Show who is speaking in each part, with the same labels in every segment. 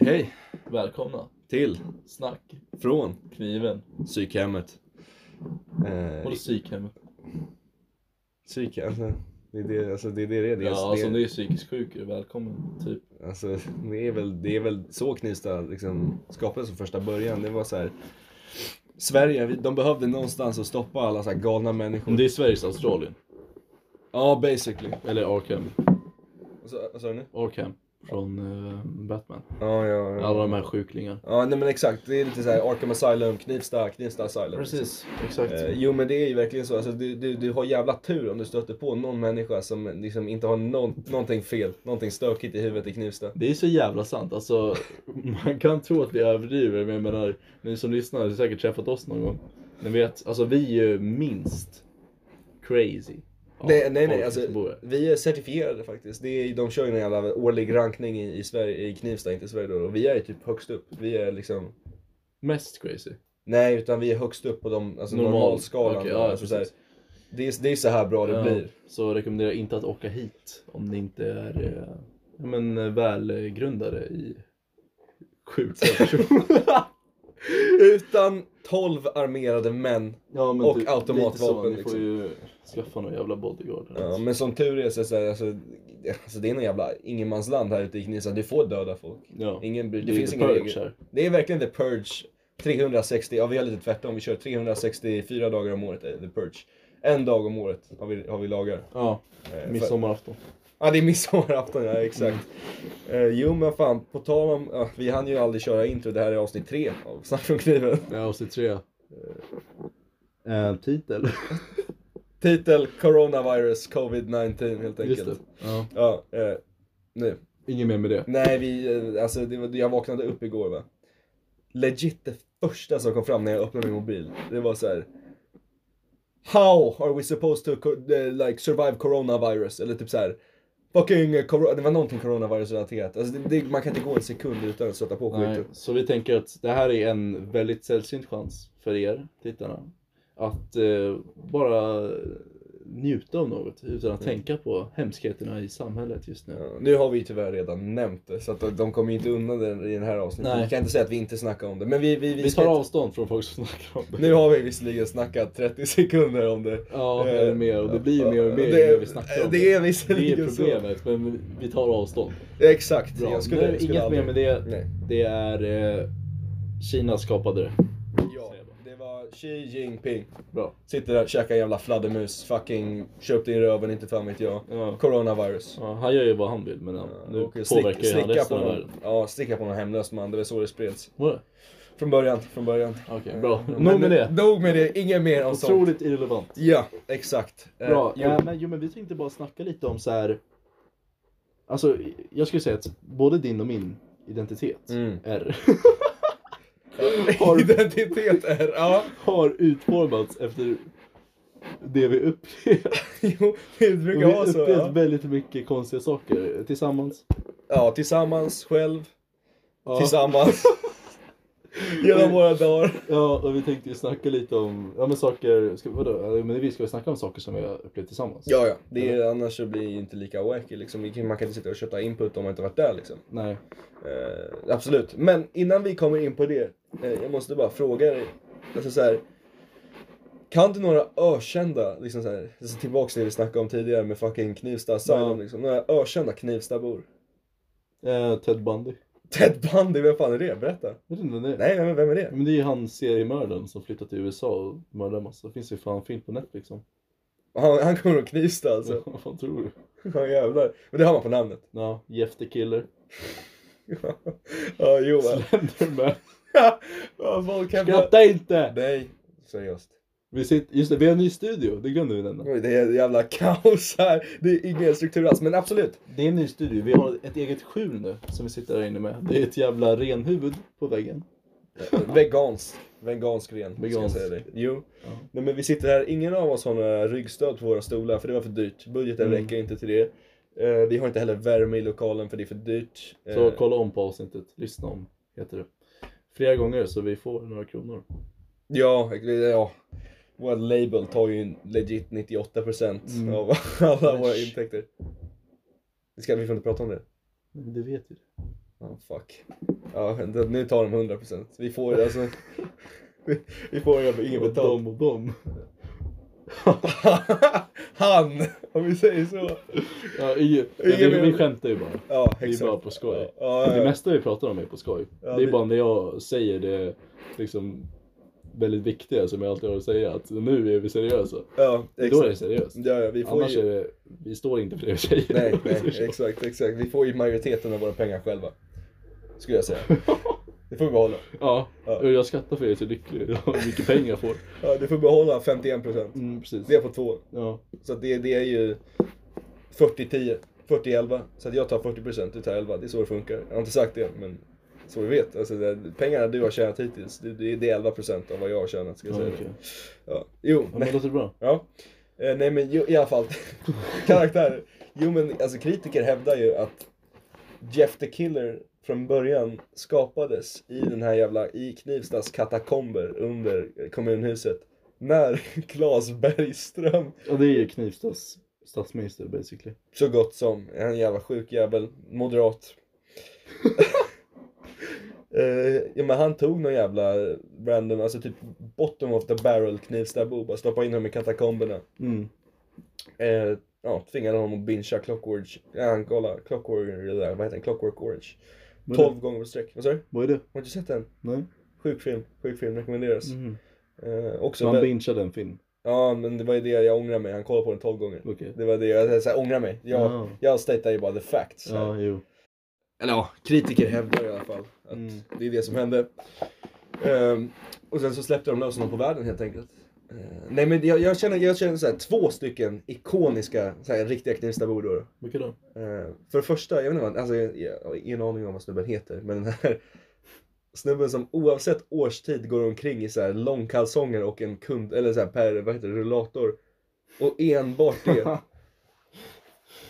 Speaker 1: Hej
Speaker 2: Välkomna
Speaker 1: till,
Speaker 2: Snack,
Speaker 1: från,
Speaker 2: kniven
Speaker 1: psykhemmet. Eh,
Speaker 2: och psykhemmet
Speaker 1: psyk, alltså det är det alltså, det är det, det, är. det,
Speaker 2: Ja,
Speaker 1: alltså,
Speaker 2: som
Speaker 1: det,
Speaker 2: du är psykiskt sjuk är du välkommen typ
Speaker 1: alltså, det, är väl, det är väl så Knivsta liksom, skapades från första början. Det var så här, Sverige, vi- de behövde någonstans att stoppa alla så här galna människor.
Speaker 2: Det är Sveriges Australien,
Speaker 1: Ja, basically.
Speaker 2: eller Arkham,
Speaker 1: Vad sa- Vad sa du nu?
Speaker 2: Arkham från eh, Batman
Speaker 1: Ja, ja, ja.
Speaker 2: Alla de här sjuklingarna
Speaker 1: Ja, nej men exakt. Det är lite så här Arkham Asylum, Knivsta, Knivsta Asylum.
Speaker 2: Precis, exakt
Speaker 1: Eh, jo men det är ju verkligen så. Alltså, du, du, du har jävla tur om du stöter på någon människa som liksom inte har någon, någonting fel, någonting stökigt i huvudet i Knivsta.
Speaker 2: Det är så jävla sant, alltså man kan tro att vi överdriver men jag menar ni som lyssnar har säkert träffat oss någon gång Ni vet, alltså vi är ju minst crazy av
Speaker 1: nej nej nej,
Speaker 2: folk
Speaker 1: alltså,
Speaker 2: som bor här.
Speaker 1: vi är certifierade faktiskt. Det är, de kör ju en jävla årlig rankning i, i, Sverige, i Knivsta, inte i Sverige då. Och vi är ju typ högst upp. Vi är liksom,
Speaker 2: Mest crazy
Speaker 1: nej utan vi är högst upp på de, alltså,
Speaker 2: Normal.
Speaker 1: normalskalan.
Speaker 2: Okej,
Speaker 1: då.
Speaker 2: ja,
Speaker 1: alltså, så här,
Speaker 2: precis.
Speaker 1: det, är, det är så här bra det
Speaker 2: Ja,
Speaker 1: blir.
Speaker 2: Så rekommenderar jag inte att åka hit om ni inte är eh, ja, men, eh, välgrundade i skjutperson.
Speaker 1: Utan 12 armerade män
Speaker 2: ja, men
Speaker 1: Och
Speaker 2: typ
Speaker 1: automatvapen,
Speaker 2: lite så. Ni får
Speaker 1: liksom.
Speaker 2: ju skaffa någon jävla bodyguard.
Speaker 1: Ja, men som tur är så, är det så här, alltså, det- alltså det är någon jävla ingenmansland här ute i Knivsta. Du får döda folk.
Speaker 2: Ja.
Speaker 1: Ingen bryr
Speaker 2: Det,
Speaker 1: Det finns
Speaker 2: är
Speaker 1: ingen
Speaker 2: ingen
Speaker 1: regel.
Speaker 2: här.
Speaker 1: Det är verkligen the purge. 360, ja vi har lite tvärtom. Vi kör 364 dagar om året, eh, the purge. En dag om året har vi, har vi lagar.
Speaker 2: Ja,
Speaker 1: Eh, för-
Speaker 2: midsommarafton.
Speaker 1: Ja det är midsommarafton, ja exakt. Eh, jo men fan, på tal om, ja, vi hann ju aldrig köra intro. Det här är avsnitt tre av Snack från kniven.
Speaker 2: Ja, avsnitt tre. Eh, titel.
Speaker 1: Titel Coronavirus Covid-19 helt
Speaker 2: Just
Speaker 1: enkelt.
Speaker 2: det. Ja.
Speaker 1: Ja, eh, nu.
Speaker 2: Ingen mer med det.
Speaker 1: Nej, vi, eh, alltså det var, jag vaknade upp igår va. Legit det första som kom fram när jag öppnade min mobil, det var så här. How are we supposed to co- eh, like survive coronavirus? Eller typ så här. Fucking eh, corona, det var någonting coronavirus relaterat. Alltså det, det, man kan inte gå en sekund utan att stöta på
Speaker 2: Nej,
Speaker 1: skiten.
Speaker 2: så vi tänker att det här är en väldigt sällsynt chans för er, tittarna, att eh, bara njuta av något utan att tänka på hemskheterna i samhället just nu.
Speaker 1: Ja, nu har vi ju tyvärr redan nämnt det så att de kommer ju inte undan det i den här avsnittet.
Speaker 2: Nej.
Speaker 1: Vi kan inte säga att vi inte snackar om det. Men vi, vi, vi,
Speaker 2: Vi
Speaker 1: ska
Speaker 2: tar
Speaker 1: inte-
Speaker 2: avstånd från folk som snackar om det.
Speaker 1: Nu har vi visserligen snackat 30 sekunder om det.
Speaker 2: Ja,
Speaker 1: Eh,
Speaker 2: eller mer. Och det blir ju mer och mer ju
Speaker 1: det,
Speaker 2: mer vi snackar om
Speaker 1: det.
Speaker 2: det.
Speaker 1: är
Speaker 2: Det är
Speaker 1: visserligen så.
Speaker 2: problemet, men vi tar avstånd.
Speaker 1: Ja, Exakt.
Speaker 2: Bra.
Speaker 1: Jag skulle,
Speaker 2: nu,
Speaker 1: jag skulle
Speaker 2: inget
Speaker 1: aldrig-
Speaker 2: mer med det.
Speaker 1: Nej.
Speaker 2: Det är eh, Kina skapade det.
Speaker 1: Ja,
Speaker 2: Säger jag
Speaker 1: det
Speaker 2: bara.
Speaker 1: var Xi Jinping.
Speaker 2: Bra.
Speaker 1: Sitter där och käkar en jävla fladdermus. Fucking köpte i röven, inte fan vet jag.
Speaker 2: Ja.
Speaker 1: Coronavirus.
Speaker 2: Ja, han gör ju vad han vill, men ja, nu
Speaker 1: Och slick-
Speaker 2: påverkar ju han
Speaker 1: slicka på
Speaker 2: resten av
Speaker 1: någon,
Speaker 2: världen.
Speaker 1: ja, slicka på någon hemlös man. Det var så det spreds.
Speaker 2: Var det?
Speaker 1: Från början, från början.
Speaker 2: Okej, bra.
Speaker 1: Men
Speaker 2: Nog med det.
Speaker 1: Nog med det, inget mer om sånt.
Speaker 2: Otroligt irrelevant.
Speaker 1: Ja, exakt. Eh,
Speaker 2: Bra,
Speaker 1: jo.
Speaker 2: ja, men, jo men vi tänkte bara snacka lite om så här. Alltså jag skulle säga att både din och min identitet
Speaker 1: Mm.
Speaker 2: är, har,
Speaker 1: Identitet är, ja.
Speaker 2: har utformats efter det vi upplevt.
Speaker 1: Jo, det
Speaker 2: Vi
Speaker 1: brukar
Speaker 2: har
Speaker 1: vara så.
Speaker 2: upplevt
Speaker 1: Ja.
Speaker 2: väldigt mycket konstiga saker tillsammans.
Speaker 1: ja, tillsammans, själv,
Speaker 2: Ja.
Speaker 1: tillsammans. Genom våra dagar.
Speaker 2: Ja, och vi tänkte ju snacka lite om, ja men saker, ska, vadå, Ja, men vi ska väl snacka om saker som vi har upplevt tillsammans?
Speaker 1: Ja, ja. Det är, annars så blir det ju inte lika wacky liksom. Man kan inte sitta och köta input om man inte varit där liksom.
Speaker 2: Nej.
Speaker 1: Eh, absolut. Men innan vi kommer in på det. Eh, jag måste bara fråga dig. Alltså så här. Kan du några ökända, liksom så här, alltså tillbaks till det vi snackade om tidigare med fucking Knivsta Asylum
Speaker 2: Ja.
Speaker 1: liksom. Några ökända Knivstabor.
Speaker 2: Eh, Ted Bundy.
Speaker 1: Ted Bundy, vem fan är det? Berätta.
Speaker 2: Vet du inte vem det är?
Speaker 1: Nej, vem, vem är det?
Speaker 2: Men det är ju han seriemördaren som flyttat till USA och mördar massa. Det finns ju fan film på Netflix om.
Speaker 1: Han, han kommer från Knivsta alltså.
Speaker 2: Vad fan tror du?
Speaker 1: Ja jävlar. Men det har man på namnet.
Speaker 2: Ja, Jeff the Killer.
Speaker 1: ja, jo. va.
Speaker 2: Slenderman.
Speaker 1: Ja, folk kan bara-
Speaker 2: Skratta inte!
Speaker 1: Nej, seriöst.
Speaker 2: Vi sitter, just det, vi har en ny studio. Det glömde vi nämna.
Speaker 1: Oj, Det är jävla kaos här. Det är ingen struktur alls, men absolut.
Speaker 2: Det är en ny studio. Vi har ett eget skjul nu som vi sitter här inne med. Det är ett jävla renhuvud på väggen.
Speaker 1: Vegansk. Vegansk ren,
Speaker 2: Vegansk.
Speaker 1: ska jag säga det. Jo.
Speaker 2: Ja.
Speaker 1: Nej, men vi sitter här, ingen av oss har några ryggstöd på våra stolar för det var för dyrt. Budgeten
Speaker 2: Mm.
Speaker 1: räcker inte till det. Eh, vi har inte heller värme i lokalen för det är för dyrt. Eh,
Speaker 2: Så kolla om på avsnittet. Lyssna om, heter det. Flera gånger så vi får några kronor.
Speaker 1: Ja, ja. Vårt label tar ju legit 98%
Speaker 2: Mm.
Speaker 1: av alla våra
Speaker 2: Ish.
Speaker 1: intäkter. Det ska, vi får inte prata om det.
Speaker 2: Men du vet ju det.
Speaker 1: Ja, fuck. Ja, det- nu tar de 100%. Vi får alltså... vi- Vi får ju inget
Speaker 2: Och
Speaker 1: betalt.
Speaker 2: de och de.
Speaker 1: Han! Om vi säger så.
Speaker 2: Ja, ingen,
Speaker 1: Ingen
Speaker 2: vi, vi
Speaker 1: mening.
Speaker 2: skämtar ju bara.
Speaker 1: Ja,
Speaker 2: Det är bara på skoj.
Speaker 1: Ja, ja,
Speaker 2: Det
Speaker 1: ja.
Speaker 2: mesta vi pratar om är på skoj.
Speaker 1: Ja,
Speaker 2: det är
Speaker 1: det-
Speaker 2: bara när jag säger det liksom väldigt viktiga som jag alltid har att säga att nu är vi seriösa.
Speaker 1: ja
Speaker 2: Då är det
Speaker 1: exakt.
Speaker 2: seriöst.
Speaker 1: Ja, ja, vi får
Speaker 2: Annars
Speaker 1: ju...
Speaker 2: är det, vi står inte för det vi säger.
Speaker 1: Nej, nej, exakt, exakt. Vi får ju majoriteten av våra pengar själva. Skulle jag säga. Det får vi behålla.
Speaker 2: ja,
Speaker 1: Ja.
Speaker 2: och jag skattar för jag är så lycklig över hur mycket pengar jag får.
Speaker 1: Ja, du får behålla 51%.
Speaker 2: Mm, precis.
Speaker 1: Det är på två.
Speaker 2: Ja,
Speaker 1: Så att det, det är ju 40-10, 40-11. Så att jag tar 40%, du tar 11. Det är så det funkar. Jag har inte sagt det, men så vi vet. Alltså, det, pengarna du har tjänat hittills, det, det är- det är 11% av vad jag har tjänat. Ska
Speaker 2: ja
Speaker 1: jag säga.
Speaker 2: okej.
Speaker 1: Ja. Jo,
Speaker 2: Ja, men
Speaker 1: nej.
Speaker 2: låter det bra?
Speaker 1: Ja. Eh, nej men jo, i alla fall, karaktärer. Jo men alltså kritiker hävdar ju att Jeff the Killer från början skapades i den här jävla, i Knivstas katakomber under eh, kommunhuset. När Claes Bergström,
Speaker 2: Ja, det är ju Knivstas statsminister basically.
Speaker 1: så gott som, är en jävla sjuk jävel, moderat. Eh, ja men han tog någon jävla random, alltså typ bottom of the barrel Knivstabo, bara stoppa in honom i katakomberna.
Speaker 2: Mm.
Speaker 1: Eh, ja, tvingade honom att bincha Clockwork, ja, han kolla, Clockwork, eller vad heter den? Clockwork Orange.
Speaker 2: Vad är det?
Speaker 1: 12 gånger på sträck. Vad sa du?
Speaker 2: Vad är det?
Speaker 1: Har du inte sett den?
Speaker 2: Nej?
Speaker 1: Sjuk film, sjuk film rekommenderas.
Speaker 2: Mm.
Speaker 1: Eh, också
Speaker 2: Så han
Speaker 1: väl-
Speaker 2: bingeade en film?
Speaker 1: Ja, men det var ju det jag ångrar mig, han kollade på den 12 gånger.
Speaker 2: Okej.
Speaker 1: Det var det jag, alltså, jag ångrar mig. Jag,
Speaker 2: Ah.
Speaker 1: jag statear ju bara the facts. här.
Speaker 2: Ja, jo.
Speaker 1: Eller ja, kritiker hävdar i alla fall att
Speaker 2: Mm.
Speaker 1: det är det som hände. Ehm, och sen så släppte de lös honom på världen helt enkelt. Ehm, nej men jag, jag känner, jag känner så här, två stycken ikoniska, så här, riktiga Knivstabor då.
Speaker 2: Vilka då?
Speaker 1: Eh, för det första, jag vet inte vad, alltså, jag, jag har ingen aning om vad snubben heter, men den här snubben som oavsett årstid går omkring i så här långkalsonger och en kund, eller så här per, vad heter det, rullator. Och enbart det.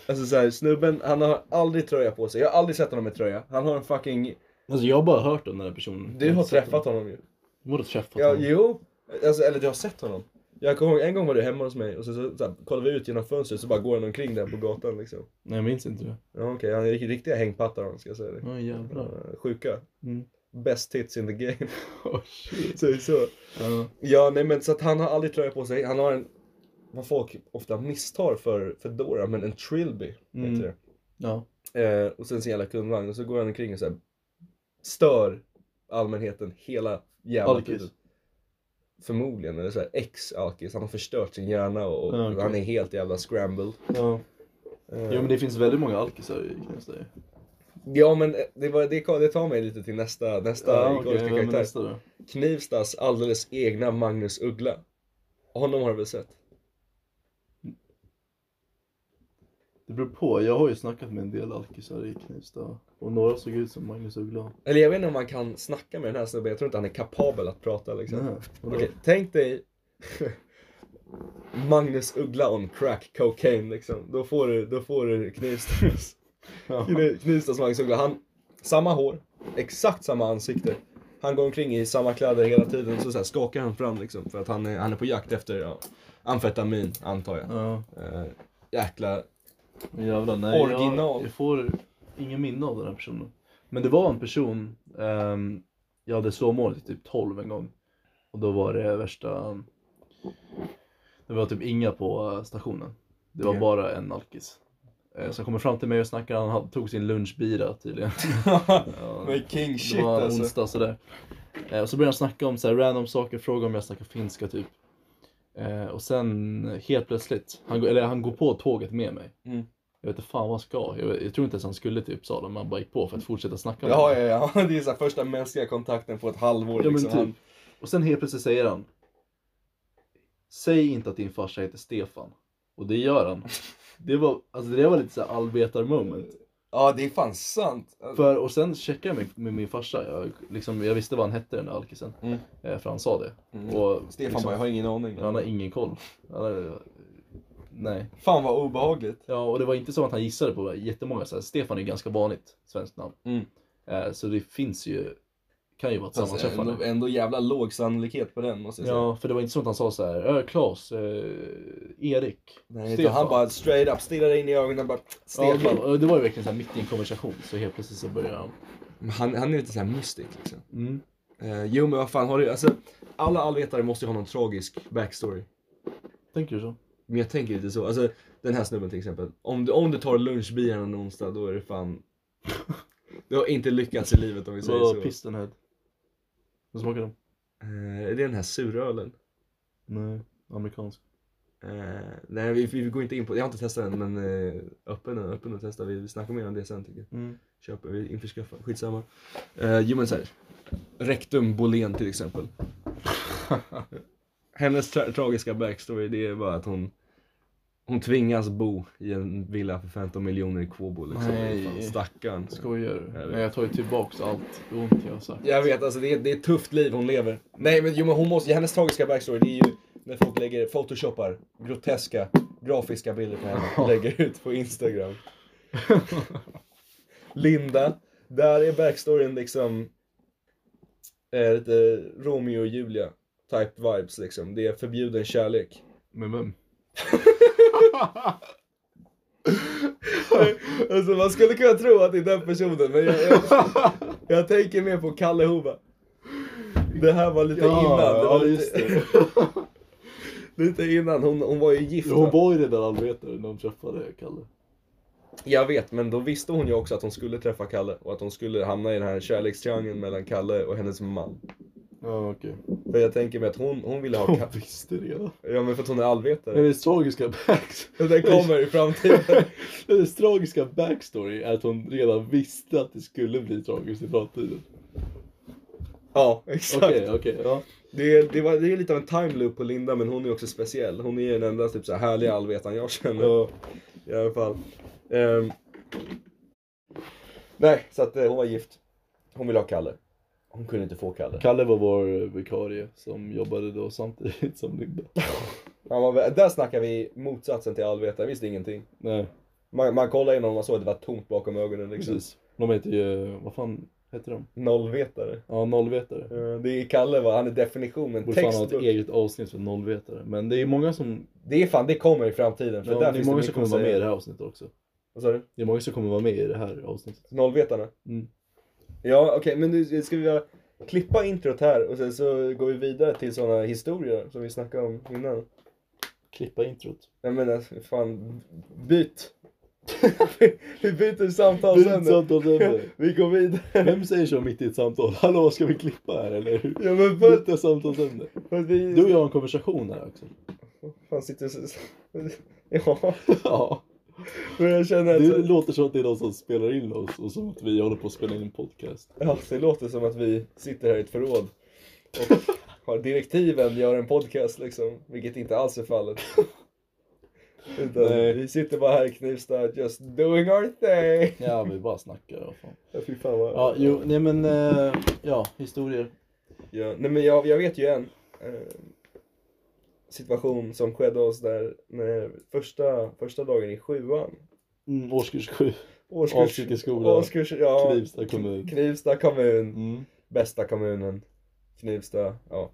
Speaker 1: Alltså så här, snubben, han har aldrig tröja på sig. Jag har aldrig sett honom med tröja. Han har en fucking,
Speaker 2: Alltså jag har bara hört om den här personen.
Speaker 1: du har träffat honom ju.
Speaker 2: Vadå träffat
Speaker 1: Ja,
Speaker 2: honom?
Speaker 1: jo. Alltså, eller du har sett honom. Jag kommer ihåg, en gång var du hemma hos mig och så, så, så här, kollade vi ut genom fönstret så bara går han omkring där på gatan liksom.
Speaker 2: Nej jag minns inte det.
Speaker 1: Ja, Okej, han är riktigt- riktiga hängpattar om man ska säga det.
Speaker 2: Ja jävlar.
Speaker 1: Eh, Sjuka.
Speaker 2: Mm.
Speaker 1: Best hits in the game.
Speaker 2: Oh, shit.
Speaker 1: så, så.
Speaker 2: Ja.
Speaker 1: Ja, nej men så att han har aldrig tröja på sig. Han har en, vad folk ofta misstar för Fedora, men en trilby
Speaker 2: Mm.
Speaker 1: heter
Speaker 2: ja.
Speaker 1: det. Eh, och sen sin jävla kundvagn och så går han omkring och så här, stör allmänheten hela jävla
Speaker 2: Alkis.
Speaker 1: tiden. Förmodligen, eller så här ex-alkis. Han har förstört sin hjärna och,
Speaker 2: Ja, okej.
Speaker 1: han är helt jävla scrambled.
Speaker 2: ja.
Speaker 1: Eh,
Speaker 2: Jo men det finns väldigt många alkisar i Knivsta ju.
Speaker 1: ja, men eh, det, var, det, det tar mig lite till nästa, nästa
Speaker 2: okej,
Speaker 1: ikoniska
Speaker 2: vem är
Speaker 1: karaktär.
Speaker 2: nästa då?
Speaker 1: Knivstas alldeles egna Magnus Uggla. Honom har du väl sett?
Speaker 2: Det beror på. Jag har ju snackat med en del alkisar i Knivsta. Och några såg ut som Magnus Uggla.
Speaker 1: Eller jag vet inte om man kan snacka med den här snubben, jag tror inte han är kapabel att prata liksom.
Speaker 2: Nej, vadå?
Speaker 1: Okej, tänk dig Magnus Uggla on crack cocaine liksom. Då får du, då får du Knivstas,
Speaker 2: Ja.
Speaker 1: Knivstas Magnus Uggla. Han, samma hår, exakt samma ansikte. Han går omkring i samma kläder hela tiden, så, så här skakar han fram liksom. För att han är, han är på jakt efter ja, amfetamin, antar jag.
Speaker 2: Ja.
Speaker 1: Eh, jäkla
Speaker 2: Men Jävlar, nej,
Speaker 1: Original.
Speaker 2: Jag, jag får ingen minne av den här personen. Men det var en person, ehm, jag hade sovmorgon till typ 12 en gång. Och då var det värsta, det var typ inga på eh, stationen. Det var
Speaker 1: Okej.
Speaker 2: bara en alkis. Eh, Som kommer fram till mig och snackar, han hade- tog sin lunchbira tydligen. Ja,
Speaker 1: Men king
Speaker 2: det
Speaker 1: shit
Speaker 2: var
Speaker 1: alltså.
Speaker 2: onsdag sådär. Eh, och så började han snacka om så här random saker, fråga om jag snackar finska typ. Eh, och sen helt plötsligt, han, går- eller han går på tåget med mig.
Speaker 1: Mm.
Speaker 2: Jag vet inte fan vad han ska. Jag, jag tror inte ens han skulle typ, till Uppsala, men han bara gick på för att fortsätta snacka om
Speaker 1: Ja,
Speaker 2: det.
Speaker 1: ja, ja. Det är så här första mänskliga kontakten på ett halvår
Speaker 2: Ja, men
Speaker 1: liksom.
Speaker 2: typ.
Speaker 1: Han-
Speaker 2: Och sen helt plötsligt säger han. Säg inte att din farsa heter Stefan. Och det gör han. Det var, alltså det där var lite såhär allvetar-moment.
Speaker 1: Ja, det är fan sant.
Speaker 2: För, och sen checkade jag med, med min farsa. Jag, liksom, jag visste vad han hette den där alkisen.
Speaker 1: Mm.
Speaker 2: Eh, för han sa det.
Speaker 1: Mm.
Speaker 2: Och,
Speaker 1: Stefan
Speaker 2: liksom,
Speaker 1: bara, jag har ingen aning.
Speaker 2: Han har ingen koll. Han har, nej.
Speaker 1: Fan vad obehagligt.
Speaker 2: Ja, och det var inte så att han gissade på jättemånga. Så här, Stefan är ju ganska vanligt svenskt namn.
Speaker 1: Mm.
Speaker 2: Eh, så det finns ju Kan ju vara ett
Speaker 1: Fast
Speaker 2: sammanträffande.
Speaker 1: ändå, ändå jävla låg sannolikhet på den måste jag säga.
Speaker 2: Ja, för det var inte som att han sa så här, äh, Klas, eh, Erik,
Speaker 1: Nej, utan han bara straight up stirrade in i ögonen och bara
Speaker 2: Ja, eh,
Speaker 1: Stefan.
Speaker 2: det- det var ju verkligen så här mitt i en konversation, så helt plötsligt så började han.
Speaker 1: Men Han, han är lite såhär mystic liksom.
Speaker 2: Mm.
Speaker 1: Eh, jo men vad fan har du, alltså alla allvetare måste ju ha någon tragisk backstory.
Speaker 2: Tänker du så?
Speaker 1: Men jag tänker lite så, alltså den här snubben till exempel. Om du, om du tar lunchbilen en onsdag då är det fan, du har inte lyckats i livet om vi säger
Speaker 2: Så
Speaker 1: så.
Speaker 2: Pistonhead. Vad smakar den?
Speaker 1: Eh, är det den här surölen?
Speaker 2: Nej, amerikansk.
Speaker 1: Eh, nej vi, vi går inte in på, jag har inte testat den men eh, öppen den, öppen och testa. Vi, vi snackar mer om det sen tycker jag.
Speaker 2: Mm.
Speaker 1: köper vi införskaffa, skitsamma. Uh, jo men såhär, Rektum Bolén till exempel. Hennes tra- tragiska backstory det är bara att hon hon tvingas bo i en villa för 15 miljoner i Kåbo liksom.
Speaker 2: Nej.
Speaker 1: Fan, stackarn.
Speaker 2: Skojar du?
Speaker 1: Jag vet.
Speaker 2: Nej, jag tar ju tillbaks allt ont jag har sagt.
Speaker 1: Jag vet, alltså det är, det är ett tufft liv hon lever. Nej men, jo, men hon måste, hennes tragiska backstory det är ju när folk lägger, photoshoppar groteska grafiska bilder på henne och lägger ut på Instagram. Linda, där är backstoryn liksom eh, lite Romeo och Julia type vibes liksom. Det är förbjuden kärlek.
Speaker 2: Men vem?
Speaker 1: alltså man skulle kunna tro att det är den personen men jag, jag, jag tänker mer på Kalle Hova. Det här var lite innan. Det var
Speaker 2: ja,
Speaker 1: lite,
Speaker 2: just det.
Speaker 1: Lite innan, hon, hon var ju gift.
Speaker 2: Jo, Hon
Speaker 1: va?
Speaker 2: var ju redan allvetare när hon träffade Kalle.
Speaker 1: Jag vet, men då visste hon ju också att hon skulle träffa Kalle och att hon skulle hamna i den här kärlekstriangeln mellan Kalle och hennes man.
Speaker 2: Ja, okej.
Speaker 1: För jag tänker mig att hon, hon ville ha
Speaker 2: Hon
Speaker 1: Kalle.
Speaker 2: visste redan.
Speaker 1: Ja men för att hon är allvetare.
Speaker 2: Hennes tragiska backs...
Speaker 1: Den kommer i framtiden.
Speaker 2: Hennes tragiska backstory är att hon redan visste att det skulle bli tragiskt i framtiden.
Speaker 1: Ja, exakt.
Speaker 2: Okej, okej. Ja.
Speaker 1: Det, är- det, var, det är lite av en time loop på Linda men hon är också speciell. Hon är den enda typ så här härliga allvetaren jag känner.
Speaker 2: Mm.
Speaker 1: I
Speaker 2: Ja.
Speaker 1: alla fall. Ehm. Nej, så att eh, hon var gift. Hon ville ha Kalle. Hon kunde inte få Kalle.
Speaker 2: Kalle var vår vikarie som jobbade då samtidigt som Linda.
Speaker 1: Han var, vä- där snackar vi motsatsen till allvetare, visste ingenting.
Speaker 2: Nej,
Speaker 1: Man, man kollade in honom och såg att det var tomt bakom ögonen liksom.
Speaker 2: precis. De heter ju, vad fan heter de?
Speaker 1: Nollvetare.
Speaker 2: Ja, nollvetare.
Speaker 1: Eh, Det är Kalle va, han är definitionen.
Speaker 2: Borde fan ha ett e-
Speaker 1: Textbok.
Speaker 2: eget avsnitt för nollvetare. Men det är många som,
Speaker 1: Det är fan, det kommer i framtiden. För
Speaker 2: ja,
Speaker 1: där
Speaker 2: det är
Speaker 1: finns
Speaker 2: många
Speaker 1: det
Speaker 2: som
Speaker 1: mycket
Speaker 2: kommer
Speaker 1: att
Speaker 2: vara med i
Speaker 1: säga.
Speaker 2: det här avsnittet också.
Speaker 1: Vad sa du?
Speaker 2: Det är många som kommer vara med i det här avsnittet.
Speaker 1: Nollvetarna?
Speaker 2: Mm.
Speaker 1: Ja, okej, men nu ska vi klippa introt här och sen så går vi vidare till sådana historier som vi snackade om innan.
Speaker 2: Klippa introt.
Speaker 1: Jag menar, fan, byt. vi byter samtalsämne.
Speaker 2: Samtalsämne.
Speaker 1: Vi går vidare.
Speaker 2: Vem säger så mitt i ett samtal? Hallå, ska vi klippa här eller? hur?
Speaker 1: Ja men för,
Speaker 2: Byta samtalsämne.
Speaker 1: för att vi...
Speaker 2: Du och jag har en konversation här också.
Speaker 1: Fan sitter så... Ja,
Speaker 2: Ja.
Speaker 1: men jag känner att...
Speaker 2: Det
Speaker 1: Det...
Speaker 2: låter som att det är någon som spelar in oss och som att vi håller på att spela in en podcast.
Speaker 1: Ja, det låter som att vi sitter här i ett förråd. Och har direktiven, gör en podcast liksom. Vilket inte alls är fallet. Utan
Speaker 2: Nej.
Speaker 1: vi sitter bara här i Knivsta, just doing our thing.
Speaker 2: Ja, vi bara snackar. Vad fan.
Speaker 1: Ja, fy fan vad...
Speaker 2: Ja, jo, nej men, eh, ja, historier.
Speaker 1: Ja, nej men jag, jag vet ju en eh, situation som skedde oss där när första, första dagen i sjuan.
Speaker 2: Mm, årskurs 7, Avstyckeskola,
Speaker 1: årskurs, ja,
Speaker 2: Knivsta kommun.
Speaker 1: Knivsta kommun.
Speaker 2: Mm.
Speaker 1: bästa kommunen, Knivsta, ja.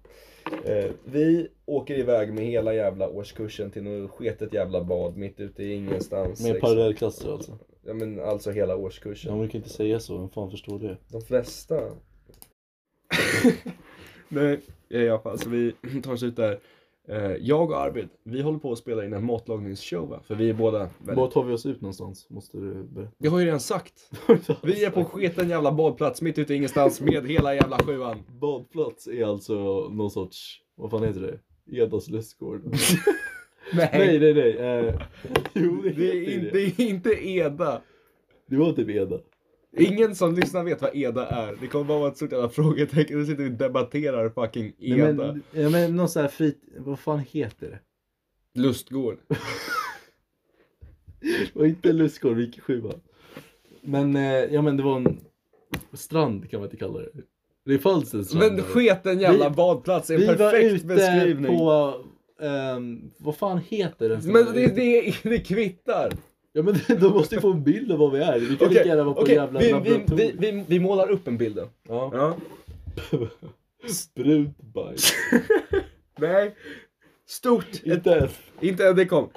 Speaker 1: Eh, vi åker iväg med hela jävla årskursen till något sketet jävla bad mitt ute i ingenstans.
Speaker 2: Med
Speaker 1: liksom.
Speaker 2: parallellklasser alltså.
Speaker 1: Ja men alltså hela årskursen.
Speaker 2: Ja, man kan inte säga så, vem fan förstår det?
Speaker 1: De flesta. Nej, i alla fall så vi tar oss ut där. Eh, Jag och Arvid, vi håller på att spela in en matlagningsshow va? För vi är båda väldigt...
Speaker 2: Var tar vi oss ut någonstans? Måste du
Speaker 1: Jag har ju redan sagt.
Speaker 2: berätta.
Speaker 1: Vi är på sketen jävla badplats mitt ute i ingenstans med hela jävla sjuan.
Speaker 2: Badplats är alltså någon sorts, vad fan heter det? Edas lustgård. nej,
Speaker 1: Nej,
Speaker 2: nej, nej. Eh, jo, det,
Speaker 1: det
Speaker 2: heter
Speaker 1: är
Speaker 2: ju
Speaker 1: inte, det är inte Eda.
Speaker 2: Det var typ Eda.
Speaker 1: Ingen som lyssnar vet vad EDA är. Det kommer bara vara ett stort jävla frågetecken. Nu sitter vi och debatterar fucking
Speaker 2: Nej,
Speaker 1: EDA.
Speaker 2: men, ja, men någon sån här frit... Vad fan heter det?
Speaker 1: Lustgård.
Speaker 2: Det var inte lustgård, vi gick i sjuan. Men, eh, ja men det var en strand kan man inte kalla det. Det fanns en strand.
Speaker 1: Men
Speaker 2: där.
Speaker 1: sketen jävla
Speaker 2: Vi-
Speaker 1: badplats är en
Speaker 2: vi var
Speaker 1: perfekt
Speaker 2: ute
Speaker 1: beskrivning.
Speaker 2: på, ehm, vad fan heter den?
Speaker 1: Men det, det, det kvittar.
Speaker 2: Ja men de måste ju få en bild av vad vi är. Vi kan lika gärna vara på
Speaker 1: okej,
Speaker 2: jävla
Speaker 1: vi, vi,
Speaker 2: laboratoriet.
Speaker 1: vi, vi, vi målar upp en bild då.
Speaker 2: Ja.
Speaker 1: Ja.
Speaker 2: Sprutbajs.
Speaker 1: Nej. Stort. Ett,
Speaker 2: Inte ens.
Speaker 1: inte en det kom.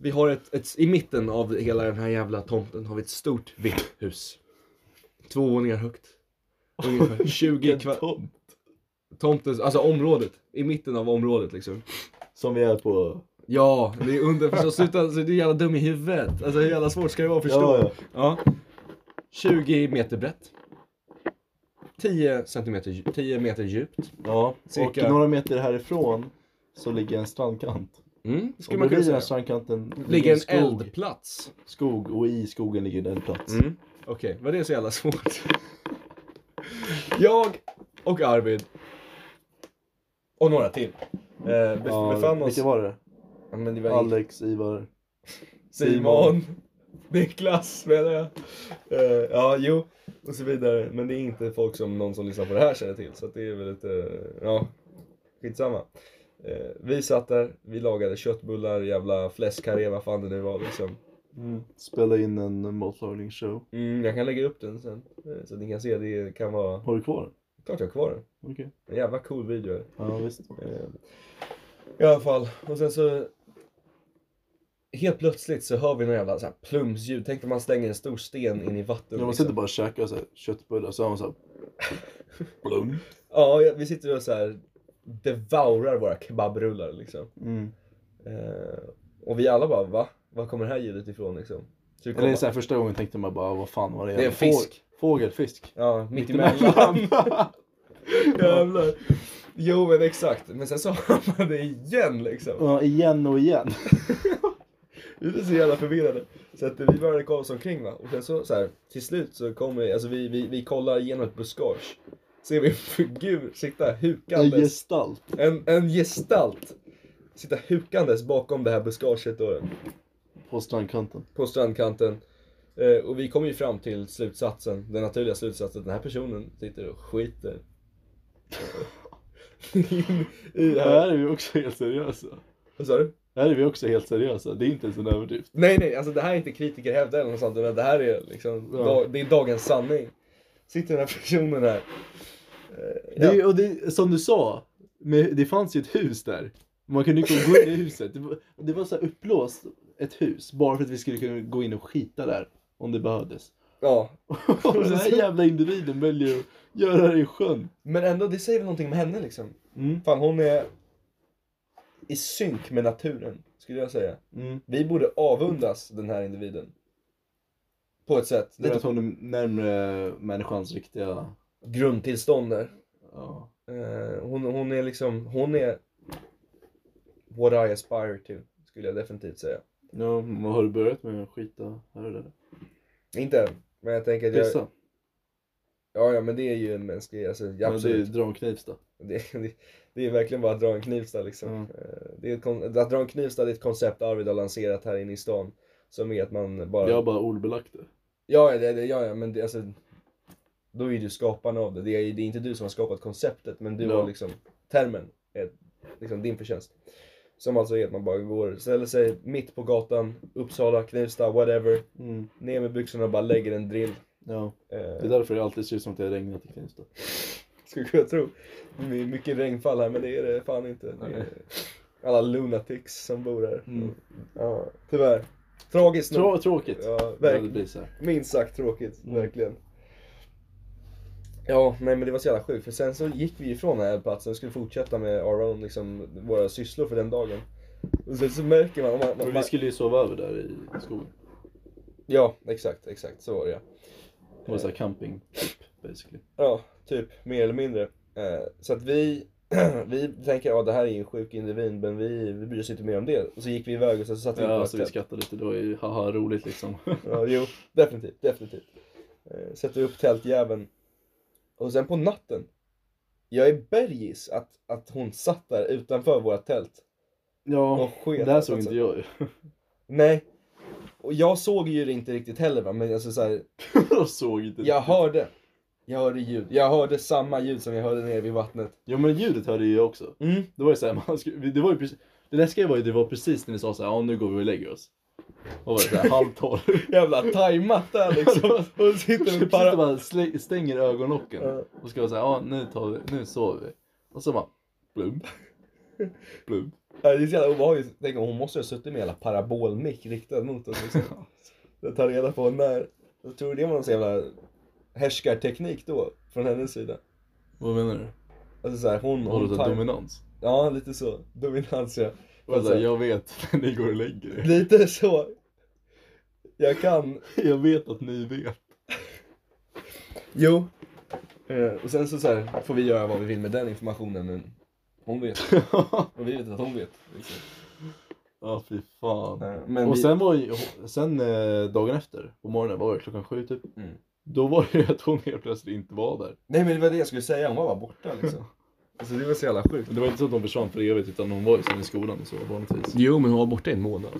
Speaker 1: Vi har ett, ett, i mitten av hela den här jävla tomten har vi ett stort vitt hus. Två våningar högt. Ungefär 20
Speaker 2: Vilken
Speaker 1: kvadrat.
Speaker 2: tomt.
Speaker 1: Tomtens, alltså området. I mitten av området liksom.
Speaker 2: Som vi är på.
Speaker 1: Ja, det är underförstått. Sluta, alltså, du är jävla dum i huvudet. Alltså hur jävla svårt ska det vara att förstå?
Speaker 2: Ja,
Speaker 1: Ja. 20 meter brett. 10 centimeter, dju- 10 meter djupt.
Speaker 2: ja. ja. Och
Speaker 1: Cirka.
Speaker 2: några meter härifrån så ligger en strandkant.
Speaker 1: Mm, det
Speaker 2: Och
Speaker 1: skulle man kunna
Speaker 2: bredvid den
Speaker 1: säga.
Speaker 2: här strandkanten
Speaker 1: Ligger en
Speaker 2: skog.
Speaker 1: eldplats.
Speaker 2: skog och i skogen ligger en eldplats.
Speaker 1: Mm. Okej, var det så jävla svårt? Jag och Arvid. Och några till. Eh, bef- befann oss...
Speaker 2: vilka var det?
Speaker 1: Ja, men det var
Speaker 2: Alex, Ivar.
Speaker 1: Simon. Niklas menar jag. Eh, ja, jo. Och så vidare. Men det är inte folk som någon som lyssnar på det här känner till. Så att det är väl lite, eh, ja. Skitsamma. Eh, vi satt där, vi lagade köttbullar, jävla fläskkarré, vad fan det nu var liksom.
Speaker 2: Spela in en matlagningsshow.
Speaker 1: Mm, jag kan lägga upp den sen. eh, Så att ni kan se, det kan vara...
Speaker 2: Har du kvar den?
Speaker 1: Klart jag har kvar den.
Speaker 2: Okej.
Speaker 1: En jävla cool video är det.
Speaker 2: Ja visst.
Speaker 1: Eh, I alla fall, och sen så Helt plötsligt så hör vi några jävla så här plumsljud, tänk om man slänger en stor sten in i vatten
Speaker 2: Ja, man sitter bara och käkar så här, köttbullar så har man så här, Blum.
Speaker 1: Ja, ja, vi sitter och så här devourar våra kebabrullar liksom
Speaker 2: Mm.
Speaker 1: eh, Och vi alla bara va? Var kommer det här ljudet ifrån liksom? Så vi kom
Speaker 2: Eller
Speaker 1: bara,
Speaker 2: så här, första gången tänkte man bara vad fan var det?
Speaker 1: Det är en fisk.
Speaker 2: Fåg- Fågelfisk.
Speaker 1: ja, mittemellan Jävlar Jo men exakt, men sen så hör man det igen liksom
Speaker 2: ja, igen och igen.
Speaker 1: Vi blev så jävla förvirrade. Så att vi började kolla oss omkring va. Och sen så, så här, till slut så kommer vi, alltså vi, vi, vi kollar genom ett buskage. Ser vi en figur sitta
Speaker 2: En
Speaker 1: hukandes,
Speaker 2: gestalt.
Speaker 1: en, en gestalt. Sitta hukandes bakom det här buskaget då,
Speaker 2: På strandkanten.
Speaker 1: på strandkanten. Eh, och vi kommer ju fram till slutsatsen, den naturliga slutsatsen, att den här personen sitter och skiter. In I det här.
Speaker 2: Här är vi också helt seriösa.
Speaker 1: Vad sa du?
Speaker 2: Här är vi också helt seriösa. Det är inte ens en överdrift.
Speaker 1: Nej, nej, alltså det här är inte kritiker hävdar eller något sånt, utan det här är liksom,
Speaker 2: Ja.
Speaker 1: dag, det är dagens sanning. Sitter den här personen här. Eh,
Speaker 2: Det,
Speaker 1: Ja.
Speaker 2: är- och det, som du sa, men det fanns ju ett hus där. Man kunde ju gå in i huset. Det var, det var så här uppblåst, ett hus, bara för att vi skulle kunna gå in och skita där. Om det behövdes.
Speaker 1: ja.
Speaker 2: Och den här jävla individen väljer att göra det i sjön.
Speaker 1: Men ändå, det säger väl någonting om henne liksom.
Speaker 2: Mm.
Speaker 1: Fan, hon är i synk med naturen, skulle jag säga.
Speaker 2: Mm.
Speaker 1: Vi borde avundas den här individen. På ett sätt.
Speaker 2: Det
Speaker 1: Det
Speaker 2: är
Speaker 1: är
Speaker 2: att hon är närmare människans riktiga...
Speaker 1: grundtillstånd där.
Speaker 2: Ja.
Speaker 1: Eh, hon, hon är liksom, hon är what I aspire to, skulle jag definitivt säga.
Speaker 2: ja men har du börjat med att skita här och där?
Speaker 1: Inte än, men jag tänker att jag...
Speaker 2: Pissa?
Speaker 1: Ja, ja, men det är ju en mänsklig, alltså ja,
Speaker 2: Men det är
Speaker 1: absolut.
Speaker 2: dra en knivsta.
Speaker 1: Det, det, det är verkligen bara att dra en Knivsta liksom.
Speaker 2: Mm.
Speaker 1: Eh, Det är ett, kon- att dra en Knivsta det är ett koncept Arvid har lanserat här inne i stan. Som är att man bara...
Speaker 2: Jag har
Speaker 1: Ja,
Speaker 2: bara ordbelagt det.
Speaker 1: ja, det, det, ja, ja men det, alltså, då är du skaparen av det. Det är, det är inte du som har skapat konceptet, men du
Speaker 2: Ja.
Speaker 1: har liksom termen. Är, liksom din förtjänst. Som alltså är att man bara går, ställer sig mitt på gatan, Uppsala, Knivsta, whatever.
Speaker 2: Mm.
Speaker 1: Ner med byxorna och bara lägger en drill.
Speaker 2: Ja. Det är
Speaker 1: Eh,
Speaker 2: därför det alltid ser ut som att det har regnat i Knivsta.
Speaker 1: skulle kunna tro. Det är mycket regnfall här men det är det fan inte. Det är alla lunatics som bor här.
Speaker 2: Mm.
Speaker 1: Ja, tyvärr. Tragiskt nog.
Speaker 2: Trå- tråkigt.
Speaker 1: Ja,
Speaker 2: när det
Speaker 1: verkligen.
Speaker 2: blir så här.
Speaker 1: Minst sagt tråkigt,
Speaker 2: Mm.
Speaker 1: verkligen. Ja, nej men det var så jävla sjukt för sen så gick vi ifrån den här platsen och skulle fortsätta med our own, liksom, våra sysslor för den dagen. Och sen så märker man, man, man,
Speaker 2: Men vi skulle ju sova över där i skogen.
Speaker 1: ja exakt, exakt så var det ja.
Speaker 2: Det var så här camping typ basically.
Speaker 1: Ja, typ mer eller mindre. Eh, så att vi, vi tänker att ja, det här är ju en sjuk individ men vi, vi bryr oss inte mer om det. Och så gick vi iväg och så satt vi på
Speaker 2: Ja,
Speaker 1: ett
Speaker 2: så vi
Speaker 1: tält.
Speaker 2: skrattade lite, det var ju haha roligt liksom.
Speaker 1: Ja, jo, definitivt, definitivt. Eh, sätter upp tältjäveln. Och sen på natten. Jag är bergis att, att hon satt där utanför vårt tält.
Speaker 2: Ja,
Speaker 1: Och sket
Speaker 2: det här
Speaker 1: alltså.
Speaker 2: såg inte jag ju.
Speaker 1: Nej. Och jag såg ju det inte riktigt heller va, men alltså så här,
Speaker 2: Jag såg inte
Speaker 1: jag
Speaker 2: riktigt.
Speaker 1: hörde. Jag hörde ljud. Jag hörde samma ljud som jag hörde nere vid vattnet.
Speaker 2: Jo men ljudet hörde ju jag också.
Speaker 1: Mm.
Speaker 2: Det var ju såhär, man skulle, det var ju precis, det läskiga var ju det var precis när vi sa såhär, ja nu går vi och lägger oss. Vad var det? Såhär, halv tolv.
Speaker 1: Jävla tajmat där liksom. Och så sitter
Speaker 2: Sitter
Speaker 1: med para...
Speaker 2: bara slä- stänger ögonlocken
Speaker 1: Ja.
Speaker 2: och ska vara såhär, ja nu tar vi, nu sover vi. Och så bara, blub, blub.
Speaker 1: Ja, det är så jävla obehagligt. Tänk om hon måste ha suttit med hela parabolmick riktad mot oss liksom. Så Ta reda på när. Jag tror det var någon sån jävla härskarteknik då. Från hennes sida.
Speaker 2: Vad menar du?
Speaker 1: Alltså såhär hon...
Speaker 2: Har du
Speaker 1: hon
Speaker 2: tagit
Speaker 1: tajm-
Speaker 2: dominans?
Speaker 1: ja lite så. Dominans ja.
Speaker 2: Och
Speaker 1: Alltså-
Speaker 2: såhär, jag vet när ni går och lägger er.
Speaker 1: Lite så. Jag kan.
Speaker 2: Jag vet att ni vet.
Speaker 1: Jo. Eh, och sen så, så här, får vi göra vad vi vill med den informationen men hon vet. Och vi vet att hon vet. Liksom.
Speaker 2: Ja fy fan.
Speaker 1: Eh, Men
Speaker 2: och
Speaker 1: vi,
Speaker 2: sen var ju, sen eh, dagen efter, på morgonen, vad var det klockan sju typ?
Speaker 1: Mm.
Speaker 2: Då var det ju att hon helt plötsligt inte var där.
Speaker 1: Nej men det var det jag skulle säga, hon var bara borta liksom. Alltså det var så jävla sjukt.
Speaker 2: Men det var inte så att hon försvann för evigt utan hon var ju sen i skolan och så vanligtvis.
Speaker 1: Jo men hon var borta i en månad.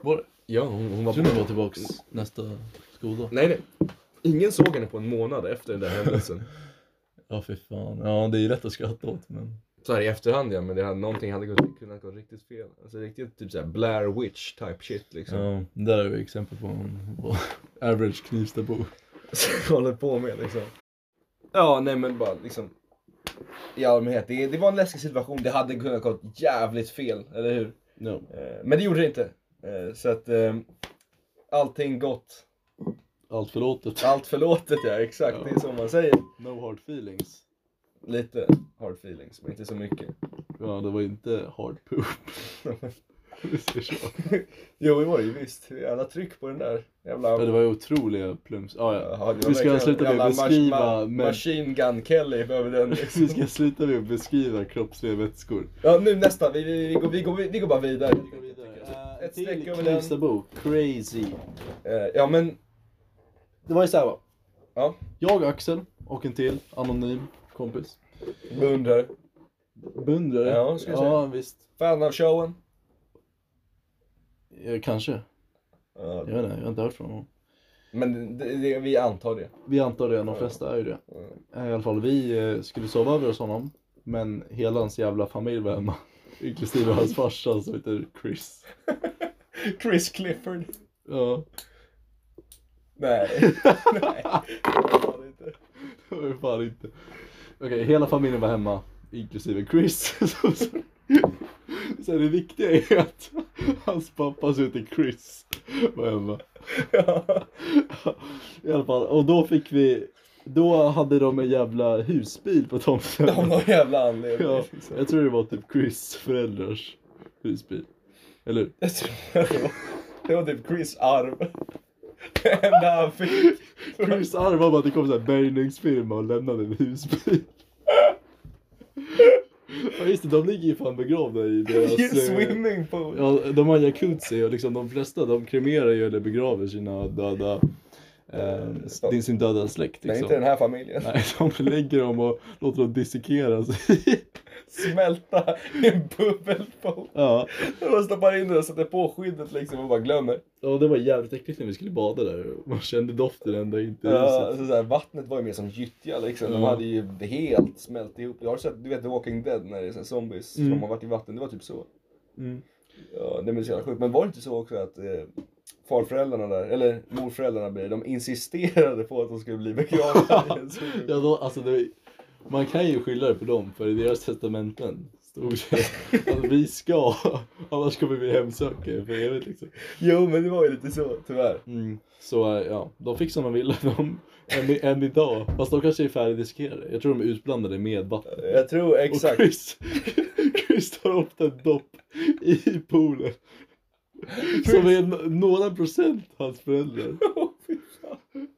Speaker 2: Var det?
Speaker 1: Ja hon, hon
Speaker 2: Jag tror hon var tillbaks nästa skoldag.
Speaker 1: Nej nej. Ingen såg henne på en månad efter den där händelsen.
Speaker 2: Ja fy fan. Ja det är ju lätt att skratta åt men.
Speaker 1: så här i efterhand ja, men det hade, någonting hade gått, kunnat gå riktigt fel. Alltså riktigt typ såhär Blair Witch type shit liksom.
Speaker 2: Ja, där har vi exempel på en på average Knivstabo.
Speaker 1: håller på med liksom. Ja, nej men bara liksom. I allmänhet, det, det var en läskig situation. Det hade kunnat gått jävligt fel, eller hur?
Speaker 2: Ja.
Speaker 1: Eh, men det gjorde det inte. Eh, så att eh, allting gott.
Speaker 2: Allt förlåtet.
Speaker 1: Allt förlåtet ja, exakt.
Speaker 2: Ja.
Speaker 1: Det är som man säger.
Speaker 2: No hard feelings.
Speaker 1: Lite hard feelings, men inte så mycket.
Speaker 2: Ja, det var inte hard poop. Vi säger så.
Speaker 1: jo, det var det ju visst. Jävla tryck på den där jävla...
Speaker 2: Ja, det var ju otroliga plums. Ah, ja.
Speaker 1: Jaha, det var
Speaker 2: Vi ska
Speaker 1: verkligen
Speaker 2: sluta med
Speaker 1: jävla
Speaker 2: att
Speaker 1: mas-
Speaker 2: beskriva,
Speaker 1: ma-
Speaker 2: men
Speaker 1: Machine Gun Kelly behöver den liksom.
Speaker 2: vi ska sluta med att beskriva kroppsliga vätskor.
Speaker 1: Ja, nu nästa. Vi, vi, vi, går, vi, går, vi går bara vidare.
Speaker 2: Vi går vidare. Eh,
Speaker 1: Ett
Speaker 2: till
Speaker 1: streck över den.
Speaker 2: Knivstabo. Crazy.
Speaker 1: Eh, Ja, men...
Speaker 2: Det var ju såhär va.
Speaker 1: Ja.
Speaker 2: Jag, Axel och en till anonym kompis.
Speaker 1: Beundrare.
Speaker 2: Beundrare.
Speaker 1: Ja, ska jag säga.
Speaker 2: ja visst.
Speaker 1: Fan av showen.
Speaker 2: Eh, Kanske.
Speaker 1: Ja,
Speaker 2: Jag vet inte, jag har inte hört från honom.
Speaker 1: men det, det, vi antar det.
Speaker 2: Vi antar det, de flesta är ju det. Eh, I alla fall, vi eh, skulle sova över hos honom. Men hela hans jävla familj var hemma. Inklusive hans farsa som heter Chris.
Speaker 1: Chris Clifford.
Speaker 2: Ja,
Speaker 1: Nej. Nej. Fan inte.
Speaker 2: det var ju fan inte. Okej, hela familjen var hemma. Inklusive Chris. Så- så- Så det viktiga är att hans pappa som heter Chris var hemma.
Speaker 1: Ja.
Speaker 2: I alla fall, och då fick vi, då hade de en jävla husbil på tomten.
Speaker 1: Av någon jävla anledning.
Speaker 2: Ja,
Speaker 1: liksom.
Speaker 2: jag tror det var typ Chris föräldrars husbil. Eller hur?
Speaker 1: Jag tror att det var, det var typ Chris arv. Det enda han fick.
Speaker 2: Chris arv var bara att det kom en sån här bärgningsfirma och lämnade en husbil. Ja just det, de ligger ju fan begravda i deras... eh,
Speaker 1: Swimming pool.
Speaker 2: Ja, de har jacuzzi och liksom de flesta de kremerar ju eller begraver sina döda... Eh, din- sin döda släkt
Speaker 1: Nej,
Speaker 2: liksom.
Speaker 1: inte den här familjen.
Speaker 2: Nej, de lägger dem och låter dem dissekeras.
Speaker 1: Smälta i en bubbelpool.
Speaker 2: ja.
Speaker 1: De stoppar in den och sätter på skyddet liksom och bara glömmer.
Speaker 2: ja, det var jävligt äckligt när vi skulle bada där. Man kände doften ända in till
Speaker 1: Ja,
Speaker 2: huset.
Speaker 1: alltså såhär, vattnet var ju mer som gyttja liksom. De
Speaker 2: Ja.
Speaker 1: hade ju helt smält ihop. Jag har sett, du vet The Walking Dead när det är såhär zombies
Speaker 2: Mm.
Speaker 1: som har varit i vatten. Det var typ så.
Speaker 2: Mm.
Speaker 1: Ja, det är så jävla sjukt. Men var det inte så också att eh, farföräldrarna där, eller morföräldrarna blir det, de insisterade på att de skulle bli begravda i en swimming pool.
Speaker 2: Ja, då, alltså det, man kan ju skylla det på dem, för i deras testamenten stod det att vi ska, annars kommer vi hemsöka er för evigt liksom.
Speaker 1: Jo, men det var ju lite så, tyvärr.
Speaker 2: Så eh, ja, de fick som de ville, de, än, i- än idag. Fast de kanske är färdigdiskerade. Jag tror de är utblandade med vatten.
Speaker 1: Jag tror
Speaker 2: Och
Speaker 1: exakt.
Speaker 2: Chris, Chris tar upp en dopp i poolen. Som är n- några procent hans föräldrar.
Speaker 1: Åh, fy fan.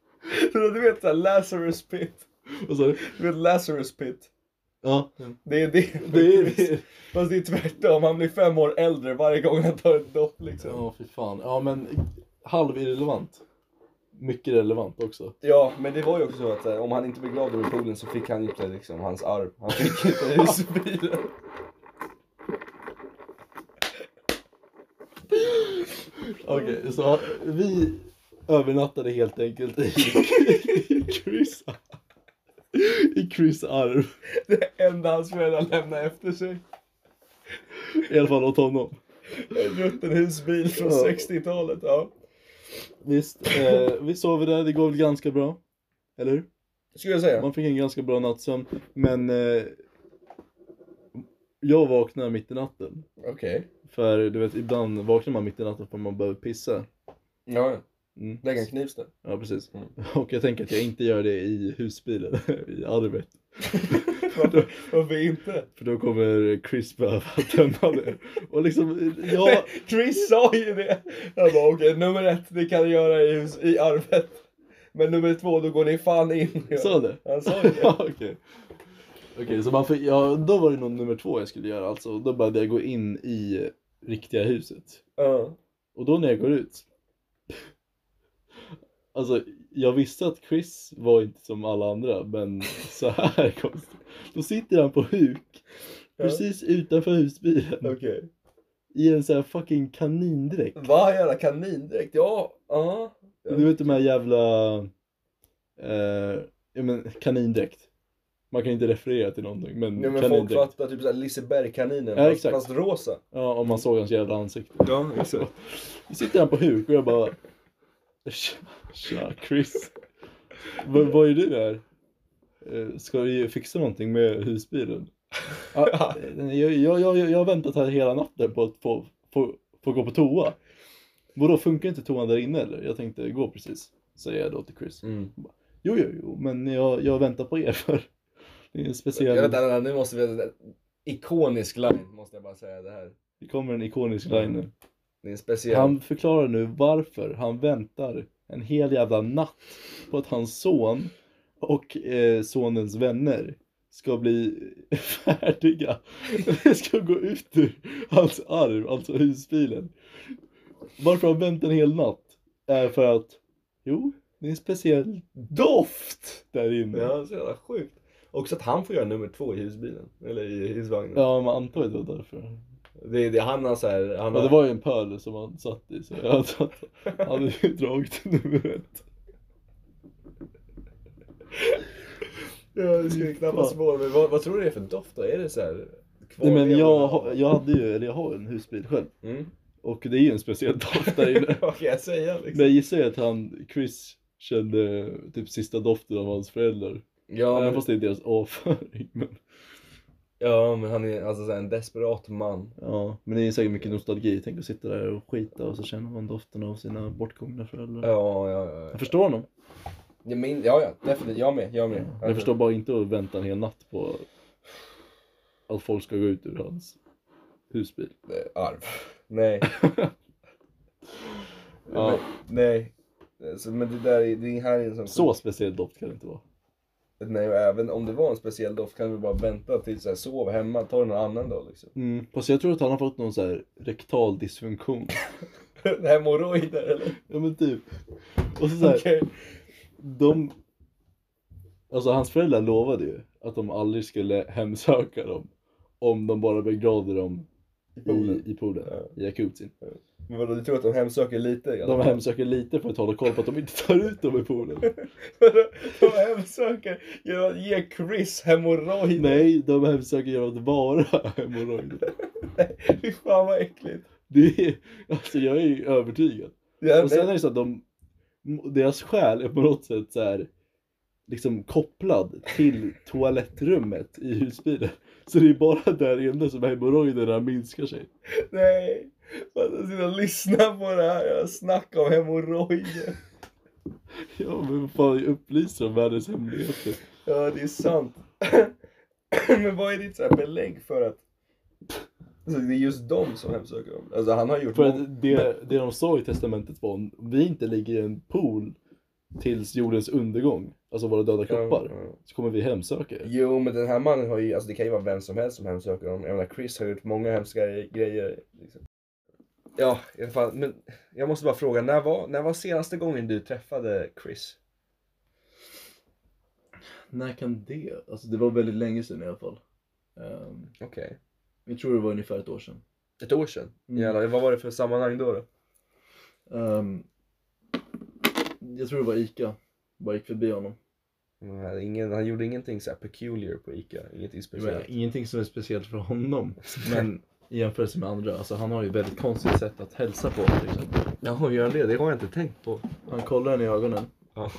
Speaker 1: Du vet såhär Lazarus pit.
Speaker 2: Och så,
Speaker 1: Du vet Lazarus pit.
Speaker 2: ja,
Speaker 1: Det är det.
Speaker 2: det är...
Speaker 1: Fast det är tvärtom, han blir fem år äldre varje gång han tar ett dopp liksom.
Speaker 2: Ja, fy fan. Ja, men halv irrelevant. Mycket relevant också.
Speaker 1: Ja, men det var ju också så att eh, om han inte begravde dem i poolen så fick han ju inte liksom hans arv. Han fick inte husbilen.
Speaker 2: Okej, så vi övernattade helt enkelt i, i Chris i Chris arv.
Speaker 1: Det enda hans föräldrar lämnade efter sig.
Speaker 2: I alla fall åt honom.
Speaker 1: En rutten husbil från
Speaker 2: Ja.
Speaker 1: 60-talet, ja.
Speaker 2: Visst, eh, vi sov där, det går väl ganska bra. Eller hur?
Speaker 1: Skulle jag säga.
Speaker 2: Man fick en ganska bra nattsömn. Men eh, jag vaknade mitt i natten.
Speaker 1: Okej.
Speaker 2: För du vet, ibland vaknar man mitt i natten för man behöver pissa.
Speaker 1: Ja, ja.
Speaker 2: Mm.
Speaker 1: lägg en knivsnö.
Speaker 2: Ja, precis.
Speaker 1: Mm.
Speaker 2: Och jag tänker att jag inte gör det i husbilen, i arbetet.
Speaker 1: Varför, varför inte?
Speaker 2: För då kommer Chris behöva tömma det. Och liksom, jag,
Speaker 1: Chris sa ju det! Jag bara okej, nummer ett, det kan du göra i, hus, i arvet. Men nummer två, då går ni fan in.
Speaker 2: sa han det?
Speaker 1: Han sa ju det.
Speaker 2: Ja, Okej, Okej, så man fick, ja, då var det nog nummer två jag skulle göra alltså. Och Då började jag gå in i riktiga huset.
Speaker 1: Ja.
Speaker 2: Och då när jag går ut. Alltså, jag visste att Chris var inte som alla andra, men så här konstigt. Då sitter han på huk,
Speaker 1: Ja.
Speaker 2: precis utanför husbilen,
Speaker 1: Okej.
Speaker 2: i en sån här fucking kanindräkt.
Speaker 1: Va, jävla kanindräkt? Ja, ja.
Speaker 2: Och Du vet de här jävla, eh, ja men kanindräkt. Man kan inte referera till någonting, men,
Speaker 1: Nej men folk
Speaker 2: kanindräkt.
Speaker 1: fattar typ såhär Liseberg-kaninen,
Speaker 2: Ja,
Speaker 1: fast,
Speaker 2: exakt.
Speaker 1: fast rosa.
Speaker 2: Ja, om man såg hans jävla ansikte.
Speaker 1: Ja, exakt.
Speaker 2: Då sitter han på huk och jag bara, tja, tja Chris. Vad, vad är du här? Eh, Ska du ju fixa någonting med husbilen? Ja, eh, jag, jag, jag, jag har väntat här hela natten på att få, få, få gå på toa. Vadå, funkar inte toan där inne eller? Jag tänkte gå precis, säger jag då till Chris. Jo, jo, jo, men jag, jag väntar på er för det är en
Speaker 1: Jag vet,
Speaker 2: speciell,
Speaker 1: inte, nu måste vi... Ikonisk line, måste jag bara säga det här.
Speaker 2: det kommer en ikonisk
Speaker 1: Mm.
Speaker 2: line nu.
Speaker 1: Det är en speciell.
Speaker 2: Han förklarar nu varför han väntar en hel jävla natt på att hans son och eh, sonens vänner ska bli färdiga. Det ska gå ut ur hans arv, alltså husbilen. Varför han väntar en hel natt är för att, jo, det är en speciell doft där inne. Ja,
Speaker 1: Ja, så jävla sjukt. Också att han får göra nummer två i husbilen. Eller i husvagnen.
Speaker 2: man antar ju det var därför.
Speaker 1: Det, det, han har såhär... Han
Speaker 2: Ja, det
Speaker 1: har...
Speaker 2: var ju en pöl som han satt i så jag antar att han hade ju dragit nummer ett.
Speaker 1: Ja, det skulle knappast förvåna mig. Vad, vad tror du det är för doft då? Är det såhär...
Speaker 2: Nej men jag, har- jag hade ju, eller jag har en husbil själv.
Speaker 1: Mm.
Speaker 2: Och det är ju en speciell doft där inne.
Speaker 1: vad kan jag säga liksom?
Speaker 2: Men jag gissar ju att han, Chris, kände typ sista doften av hans föräldrar.
Speaker 1: Ja,
Speaker 2: Även
Speaker 1: men,
Speaker 2: fast det är deras avföring. Men,
Speaker 1: ja, men han är alltså såhär, en desperat man.
Speaker 2: ja, men det är säkert mycket nostalgi. Tänk att sitta där och skita och så känner man doften av sina bortgångna föräldrar.
Speaker 1: Ja, ja, ja. ja.
Speaker 2: Jag förstår honom.
Speaker 1: Jag min, ja, ja, definitivt. Jag med, jag med.
Speaker 2: Men Mm. jag förstår bara inte att vänta en hel natt på att folk ska gå ut ur hans husbil.
Speaker 1: Eh, Arv. Nej.
Speaker 2: Ja.
Speaker 1: Men, nej. Så, men det där är, det här är en sån...
Speaker 2: Så speciell doft kan det inte vara.
Speaker 1: Nej, och även om det var en speciell doft kan vi bara vänta till så här, sov hemma, ta det någon annan dag liksom.
Speaker 2: Mm. Fast jag tror att han har fått någon så här rektal dysfunktion.
Speaker 1: Hemorrojder eller?
Speaker 2: Ja men typ. Och så, så här,
Speaker 1: Okej.
Speaker 2: de... Alltså hans föräldrar lovade ju att de aldrig skulle hemsöka dem. Om de bara begravde dem i, i poolen, i jacuzzin.
Speaker 1: Men vadå, du tror att de hemsöker lite? i alla
Speaker 2: De
Speaker 1: fall?
Speaker 2: hemsöker lite för att hålla koll på att de inte tar ut dem i poolen.
Speaker 1: Vadå? de hemsöker genom att ge Chris hemorrojder?
Speaker 2: Nej, de hemsöker genom att vara hemorrojder.
Speaker 1: Fy fan vad äckligt.
Speaker 2: Det är, alltså jag är ju övertygad.
Speaker 1: Ja,
Speaker 2: Och sen är det så att de, deras själ är på något sätt så här, liksom kopplad till toalettrummet i husbilen. Så det är bara där inne som hemorrojderna minskar sig.
Speaker 1: Nej. Alltså, sitta och lyssna på det här jävla snack om hemorrojder.
Speaker 2: Ja men vad fan, jag upplyser om världens hemligheter.
Speaker 1: Ja, det är sant. Men vad är ditt så här belägg för att alltså, det är just de som hemsöker dem? Alltså han har gjort...
Speaker 2: För
Speaker 1: mång-
Speaker 2: att det, det de sa i testamentet var om vi inte ligger i en pool tills jordens undergång, alltså våra döda kroppar,
Speaker 1: Ja, ja.
Speaker 2: så kommer vi hemsöka er.
Speaker 1: Jo, men den här mannen har ju, alltså det kan ju vara vem som helst som hemsöker honom. Jag menar Chris har gjort många hemska grejer. Liksom. Ja, i alla fall. Men jag måste bara fråga, när var, när var senaste gången du träffade Chris?
Speaker 2: När kan det? Alltså det var väldigt länge sedan i alla fall. Ehm,
Speaker 1: Okej.
Speaker 2: jag tror det var ungefär ett år sedan.
Speaker 1: Ett år sedan?
Speaker 2: Mm.
Speaker 1: Jävlar, vad var det för sammanhang då? då?
Speaker 2: Ehm, jag tror det var Ica. Bara gick förbi honom.
Speaker 1: Mm, han hade Ingen, han gjorde ingenting så här peculiar på Ica, ingenting speciellt.
Speaker 2: ingenting som är speciellt för honom. Men i jämförelse med andra. Alltså han har ju ett väldigt konstigt sätt att hälsa på liksom. till exempel.
Speaker 1: Jaha, gör han det? Det har jag inte tänkt på.
Speaker 2: Han kollar en i ögonen.
Speaker 1: Ja.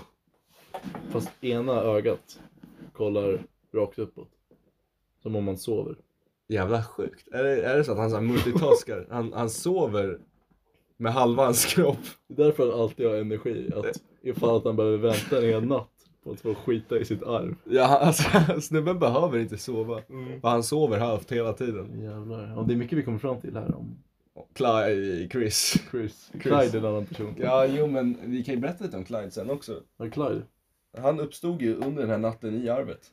Speaker 2: Fast ena ögat kollar rakt uppåt. Som om man sover.
Speaker 1: Jävla sjukt. Är det, är det så att han så här multitaskar? Han, han sover med halva hans kropp.
Speaker 2: Det är därför han alltid har energi. Att ifall att han behöver vänta en hel natt på att få skita i sitt arv.
Speaker 1: Ja, han- alltså, snubben behöver inte sova.
Speaker 2: Mm.
Speaker 1: För han sover halvt hela tiden.
Speaker 2: Jävlar. Och det är mycket vi kommer fram till här om
Speaker 1: Clyde, Chris.
Speaker 2: Chris. Clyde är en annan person.
Speaker 1: Ja, jo men vi kan ju berätta lite om Clyde sen också.
Speaker 2: Ja, Clyde.
Speaker 1: Han uppstod ju under den här natten i arvet.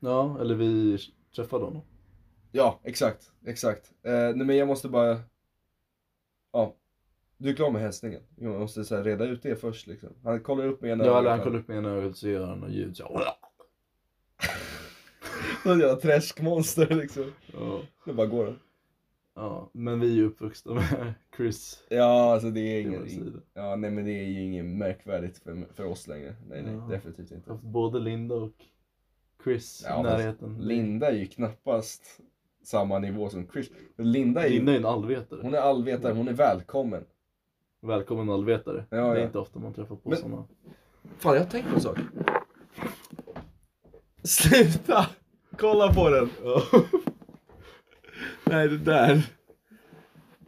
Speaker 2: Ja, eller vi träffade honom.
Speaker 1: Ja, exakt. Exakt. Eh, nej men jag måste bara... Ja. Du är klar med hälsningen? Jo, jag måste så här reda ut det först liksom. Han kollar upp med ena
Speaker 2: Ja, eller han kollar upp med ena ögat så gör han något ljud. Så här,
Speaker 1: Något jävla träskmonster liksom.
Speaker 2: ja.
Speaker 1: Det bara går.
Speaker 2: ja, men vi är ju uppvuxna med Chris.
Speaker 1: Ja, alltså det är
Speaker 2: i vår
Speaker 1: inget...
Speaker 2: sida.
Speaker 1: Ja, nej men det är ju inget märkvärdigt för, för oss längre. Nej, nej,
Speaker 2: Ja.
Speaker 1: definitivt
Speaker 2: Vi har
Speaker 1: inte.
Speaker 2: haft Både Linda och Chris
Speaker 1: Ja,
Speaker 2: i
Speaker 1: fast
Speaker 2: närheten.
Speaker 1: Linda är ju knappast samma nivå som Chris. Men Linda är ju...
Speaker 2: Linda är en allvetare.
Speaker 1: Hon är allvetare, hon är välkommen.
Speaker 2: Välkommen allvetare.
Speaker 1: Ja,
Speaker 2: det är
Speaker 1: ja.
Speaker 2: inte ofta man träffar på
Speaker 1: Men-
Speaker 2: sådana.
Speaker 1: Fan, jag har tänkt på en sak. Sluta! Kolla på den! Nej, det där.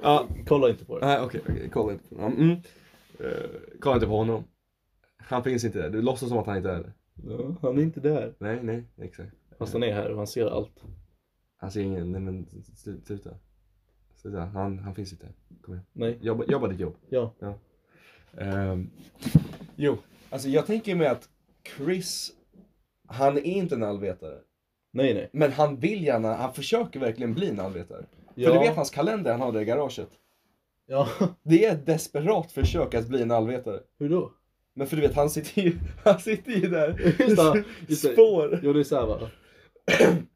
Speaker 1: Ja,
Speaker 2: Kolla inte på det.
Speaker 1: nej okej, okej, kolla inte på honom. Mm. Eh, kolla inte på honom. Han finns inte där. Du låtsas som att han inte är där.
Speaker 2: Ja, han är inte där.
Speaker 1: Nej, nej, exakt.
Speaker 2: Fast han är här och han ser allt.
Speaker 1: Han ser ingen, nej men slu- sluta. Sluta, han, han finns inte. Kom igen.
Speaker 2: Nej,
Speaker 1: Jobba, jobba ditt jobb.
Speaker 2: ja.
Speaker 1: Ehm, jo, alltså jag tänker mig att Chris, han är inte en allvetare.
Speaker 2: Nej, nej.
Speaker 1: Men han vill gärna, han försöker verkligen bli en allvetare.
Speaker 2: Ja.
Speaker 1: För du vet hans kalender han har där i garaget.
Speaker 2: Ja,
Speaker 1: Det är ett desperat försök att bli en allvetare.
Speaker 2: hur då?
Speaker 1: Men för du vet, han sitter ju, han sitter ju där.
Speaker 2: Just det, just det.
Speaker 1: Spår.
Speaker 2: Jo, det är såhär va.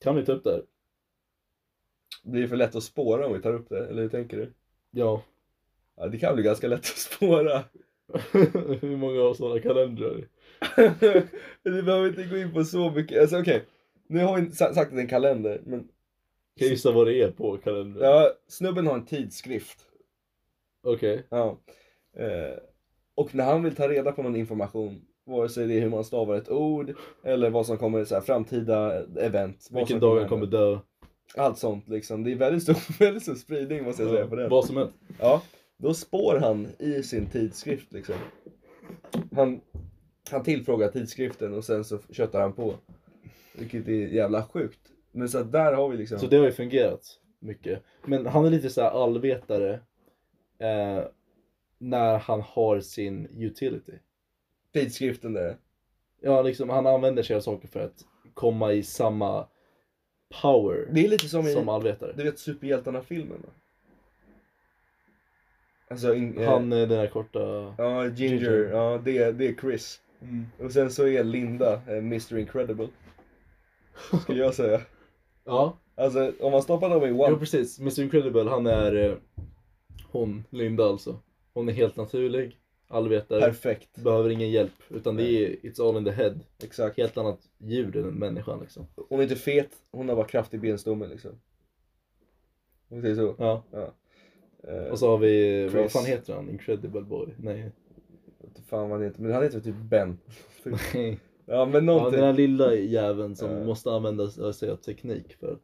Speaker 2: Kan vi ta upp det här?
Speaker 1: Blir det för lätt att spåra om vi tar upp det? Eller hur tänker du?
Speaker 2: Ja.
Speaker 1: Ja, det kan bli ganska lätt att spåra.
Speaker 2: hur många har sådana kalendrar?
Speaker 1: du behöver inte gå in på så mycket. Alltså okej, nu har vi sa- sagt att det är en kalender. Men
Speaker 2: Kan jag gissa vad det är på kalendern?
Speaker 1: ja, snubben har en tidskrift.
Speaker 2: Okej.
Speaker 1: Ja. Eh, och när han vill ta reda på någon information, vare sig det är hur man stavar ett ord eller vad som kommer i så här, framtida event. vad
Speaker 2: Vilken
Speaker 1: som
Speaker 2: dag han kommer dö.
Speaker 1: Allt sånt liksom. Det är väldigt stor, väldigt stor spridning måste jag säga på den.
Speaker 2: Vad som helst.
Speaker 1: Ja. Då spår han i sin tidskrift liksom. Han, han tillfrågar tidskriften och sen så köttar han på. Vilket är jävla sjukt. Men så att där har vi liksom.
Speaker 2: Så det har ju fungerat mycket. Men han är lite så här allvetare eh, när han har sin utility.
Speaker 1: Tidskriften där.
Speaker 2: Ja, liksom, han använder sig av saker för att komma i samma power
Speaker 1: Det är lite som i,
Speaker 2: som allvetare.
Speaker 1: du vet superhjältarna-filmen va? Alltså, in, eh,
Speaker 2: Han är den där korta...
Speaker 1: Ja, Ginger.
Speaker 2: Ginger.
Speaker 1: Ja, det, det är Chris. Och sen så är Linda eh, Mr Incredible. Skulle jag säga.
Speaker 2: Ja,
Speaker 1: Alltså om man stoppar dem i
Speaker 2: jo
Speaker 1: one...
Speaker 2: precis. Mr Incredible, han är eh, hon, Linda alltså. Hon är helt naturlig, allvetare,
Speaker 1: Perfekt.
Speaker 2: behöver ingen hjälp. Utan det är it's all in the head.
Speaker 1: Exakt.
Speaker 2: Helt annat djur än människan liksom.
Speaker 1: Hon är inte fet, hon har bara kraftig benstomme liksom. Om vi säger så.
Speaker 2: Ja,
Speaker 1: Eh,
Speaker 2: och så har vi, vad
Speaker 1: Chris.
Speaker 2: fan heter han? Incredible boy? Nej.
Speaker 1: vad fan vad han heter, men han heter typ Ben.
Speaker 2: Nej.
Speaker 1: Ja men
Speaker 2: Ja,
Speaker 1: någonting.
Speaker 2: den här lilla jäveln som
Speaker 1: Eh.
Speaker 2: måste använda sig av teknik för att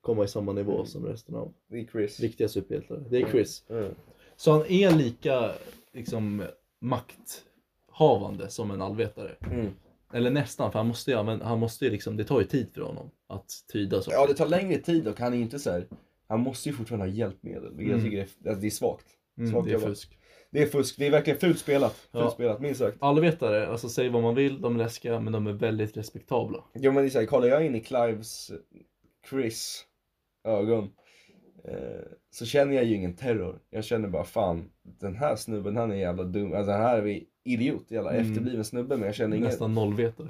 Speaker 2: komma i samma
Speaker 1: Mm.
Speaker 2: nivå som resten av
Speaker 1: Det är Chris.
Speaker 2: riktiga superhjältar. Det är Chris.
Speaker 1: Mm.
Speaker 2: Så han är lika liksom makthavande som en allvetare.
Speaker 1: Mm.
Speaker 2: Eller nästan, för han måste ju använda, han måste ju liksom, det tar ju tid för honom att tyda saker.
Speaker 1: Ja det tar längre tid och han är inte så här. Han måste ju fortfarande ha hjälpmedel, vilket jag
Speaker 2: Mm.
Speaker 1: tycker är, alltså, det är svagt.
Speaker 2: mm,
Speaker 1: svagt
Speaker 2: det är
Speaker 1: jobbat.
Speaker 2: fusk.
Speaker 1: Det är fusk, det är verkligen fult spelat. Fult
Speaker 2: Ja.
Speaker 1: spelat, minst sagt.
Speaker 2: Allvetare, alltså säg vad man vill, de är läskiga men de är väldigt respektabla.
Speaker 1: Jo men det är så här, kollar jag in i Clives, Chris ögon eh, så känner jag ju ingen terror. Jag känner bara fan, den här snubben han är jävla dum, alltså den här är idiot, jävla
Speaker 2: Mm.
Speaker 1: efterbliven snubbe men jag känner ingen.
Speaker 2: Nästan nollvetare.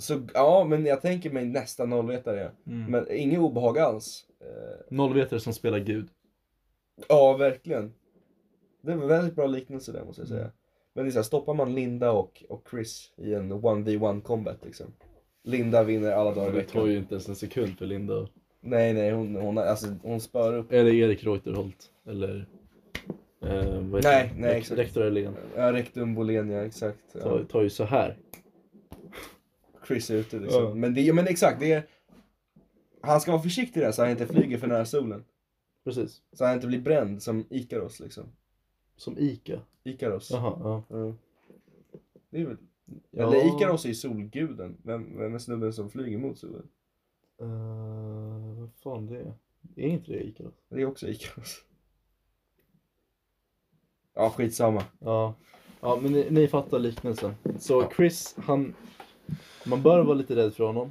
Speaker 1: Så ja, men jag tänker mig nästan nollvetare. ja.
Speaker 2: Mm.
Speaker 1: Men inget obehag alls. Eh,
Speaker 2: Nollvetare som spelar gud.
Speaker 1: ja, verkligen. Det var en väldigt bra liknelse där måste jag säga.
Speaker 2: Mm.
Speaker 1: Men det är så här, stoppar man Linda och, och Chris i en 1v1 combat liksom. Linda vinner alla dagar i
Speaker 2: Det tar
Speaker 1: veckan.
Speaker 2: ju inte ens en sekund för Linda att
Speaker 1: Nej nej hon, hon, alltså, hon spör upp.
Speaker 2: Eller Erik Reuterholt. Eller... Eh, vad heter
Speaker 1: Nej,
Speaker 2: det?
Speaker 1: nej,
Speaker 2: Rekt-
Speaker 1: exakt.
Speaker 2: Rektor Öhlén.
Speaker 1: Ja, rektum Bolén ja exakt. Ja.
Speaker 2: Tar, tar ju så här.
Speaker 1: Chris är ute liksom.
Speaker 2: Ja.
Speaker 1: Men, det, ja, men exakt, det är... Han ska vara försiktig där så han inte flyger för nära solen.
Speaker 2: Precis.
Speaker 1: Så han inte blir bränd som Ikaros liksom.
Speaker 2: Som Ica.
Speaker 1: Ikaros.
Speaker 2: Jaha, ja.
Speaker 1: Ja. Det är väl...
Speaker 2: Ja.
Speaker 1: Eller Ikaros är ju solguden. Vem, vem är snubben som flyger mot solen?
Speaker 2: Eh, vad fan det är? Är inte det Ica då?
Speaker 1: Det är också Ikaros. Ja, skitsamma.
Speaker 2: Ja. Ja, men ni, ni fattar liknelsen. Så Chris, han... Man bör vara lite rädd för honom.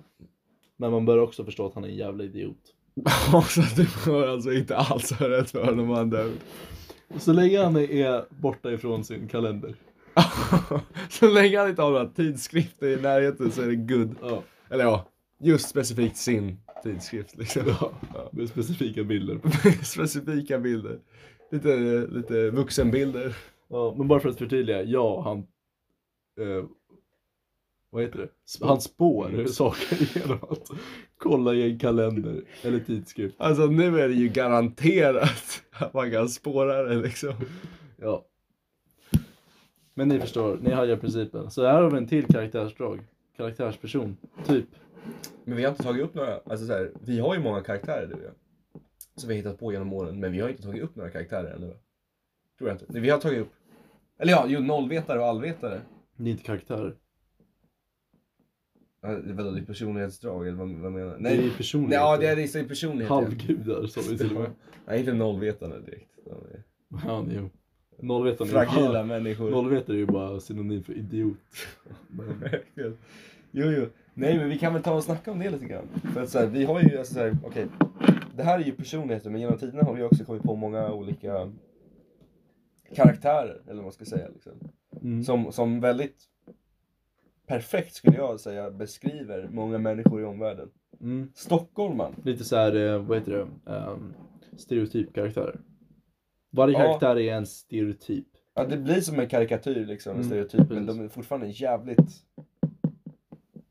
Speaker 2: Men man bör också förstå att han är en jävla idiot.
Speaker 3: så att du var alltså inte alls ha rätt för de andra.
Speaker 2: Så länge han är borta ifrån sin kalender.
Speaker 3: så länge han inte har några tidskrifter i närheten så är det good.
Speaker 2: Ja.
Speaker 3: Eller ja, just specifikt sin tidskrift liksom. Ja.
Speaker 2: Med specifika bilder.
Speaker 3: Specifika bilder. Lite, lite vuxenbilder.
Speaker 2: Ja, men bara för att förtydliga. Ja, han... Eh, vad heter det? Sp- Han spår saker genom att kolla i en kalender eller tidskrift.
Speaker 3: Alltså nu är det ju garanterat att man kan spåra det liksom.
Speaker 2: Ja. Men ni förstår, ni hajar principen. Så här har vi en till karaktärsdrag. Karaktärsperson. Typ.
Speaker 1: Men vi har inte tagit upp några, alltså så här, vi har ju många karaktärer du och jag. Som vi har hittat på genom åren, men vi har inte tagit upp några karaktärer ännu. va? Tror jag inte. Nej, vi har tagit upp, eller ja, jo nollvetare och allvetare.
Speaker 2: Det är inte karaktärer.
Speaker 1: Ja, Vadå, det är personlighetsdrag eller vad, vad menar du?
Speaker 2: Det
Speaker 1: Nej,
Speaker 2: är personligheter.
Speaker 1: nej, ja det är det är personlighet. ja.
Speaker 2: Halvgudar sa vi till och med.
Speaker 1: Nej, inte nollvetande direkt. De är
Speaker 2: Ja, jo. Nollvetare är ju
Speaker 1: Fragila
Speaker 2: bara,
Speaker 1: människor.
Speaker 2: nollvetare är ju bara synonym för idiot. Men,
Speaker 1: Verkligen. jo, jo. Nej, men vi kan väl ta och snacka om det lite grann. För att så här, vi har ju, alltså så här, okej. Det här är ju personligheter, men genom tiderna har vi också kommit på många olika karaktärer, eller vad man ska säga. Liksom.
Speaker 2: mm.
Speaker 1: Som, som väldigt perfekt, skulle jag säga, beskriver många människor i omvärlden.
Speaker 2: Mm.
Speaker 1: Stockholman.
Speaker 2: Lite så här, eh, vad heter det? Um, stereotypkaraktärer. Varje
Speaker 1: Ja.
Speaker 2: karaktär är en stereotyp.
Speaker 1: Ja, det blir som en karikatyr, liksom, en
Speaker 2: Mm,
Speaker 1: stereotyp, men
Speaker 2: precis.
Speaker 1: de är fortfarande jävligt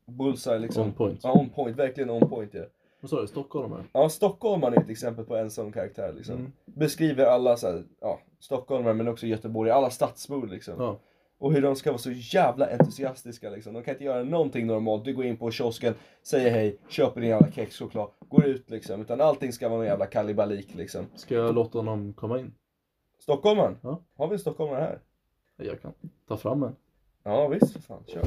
Speaker 1: bullseye, liksom.
Speaker 2: On point.
Speaker 1: Ja, on point. Verkligen on point, ja.
Speaker 2: Vad sa du? Stockholmare?
Speaker 1: Ja, stockholmare är ett exempel på en sån karaktär liksom.
Speaker 2: Mm.
Speaker 1: Beskriver alla så här, ja, stockholmare men också göteborgare, alla stadsbor liksom.
Speaker 2: Ja.
Speaker 1: Och hur de ska vara så jävla entusiastiska liksom. De kan inte göra någonting normalt. Du går in på kiosken, säger hej, köper din jävla kexchoklad, går ut liksom. Utan allting ska vara en jävla kalibalik liksom.
Speaker 2: Ska jag låta honom komma in?
Speaker 1: Stockholmaren?
Speaker 2: Ja.
Speaker 1: Har vi en stockholmare här?
Speaker 2: Jag kan ta fram en.
Speaker 1: Ja visst för fan, kör.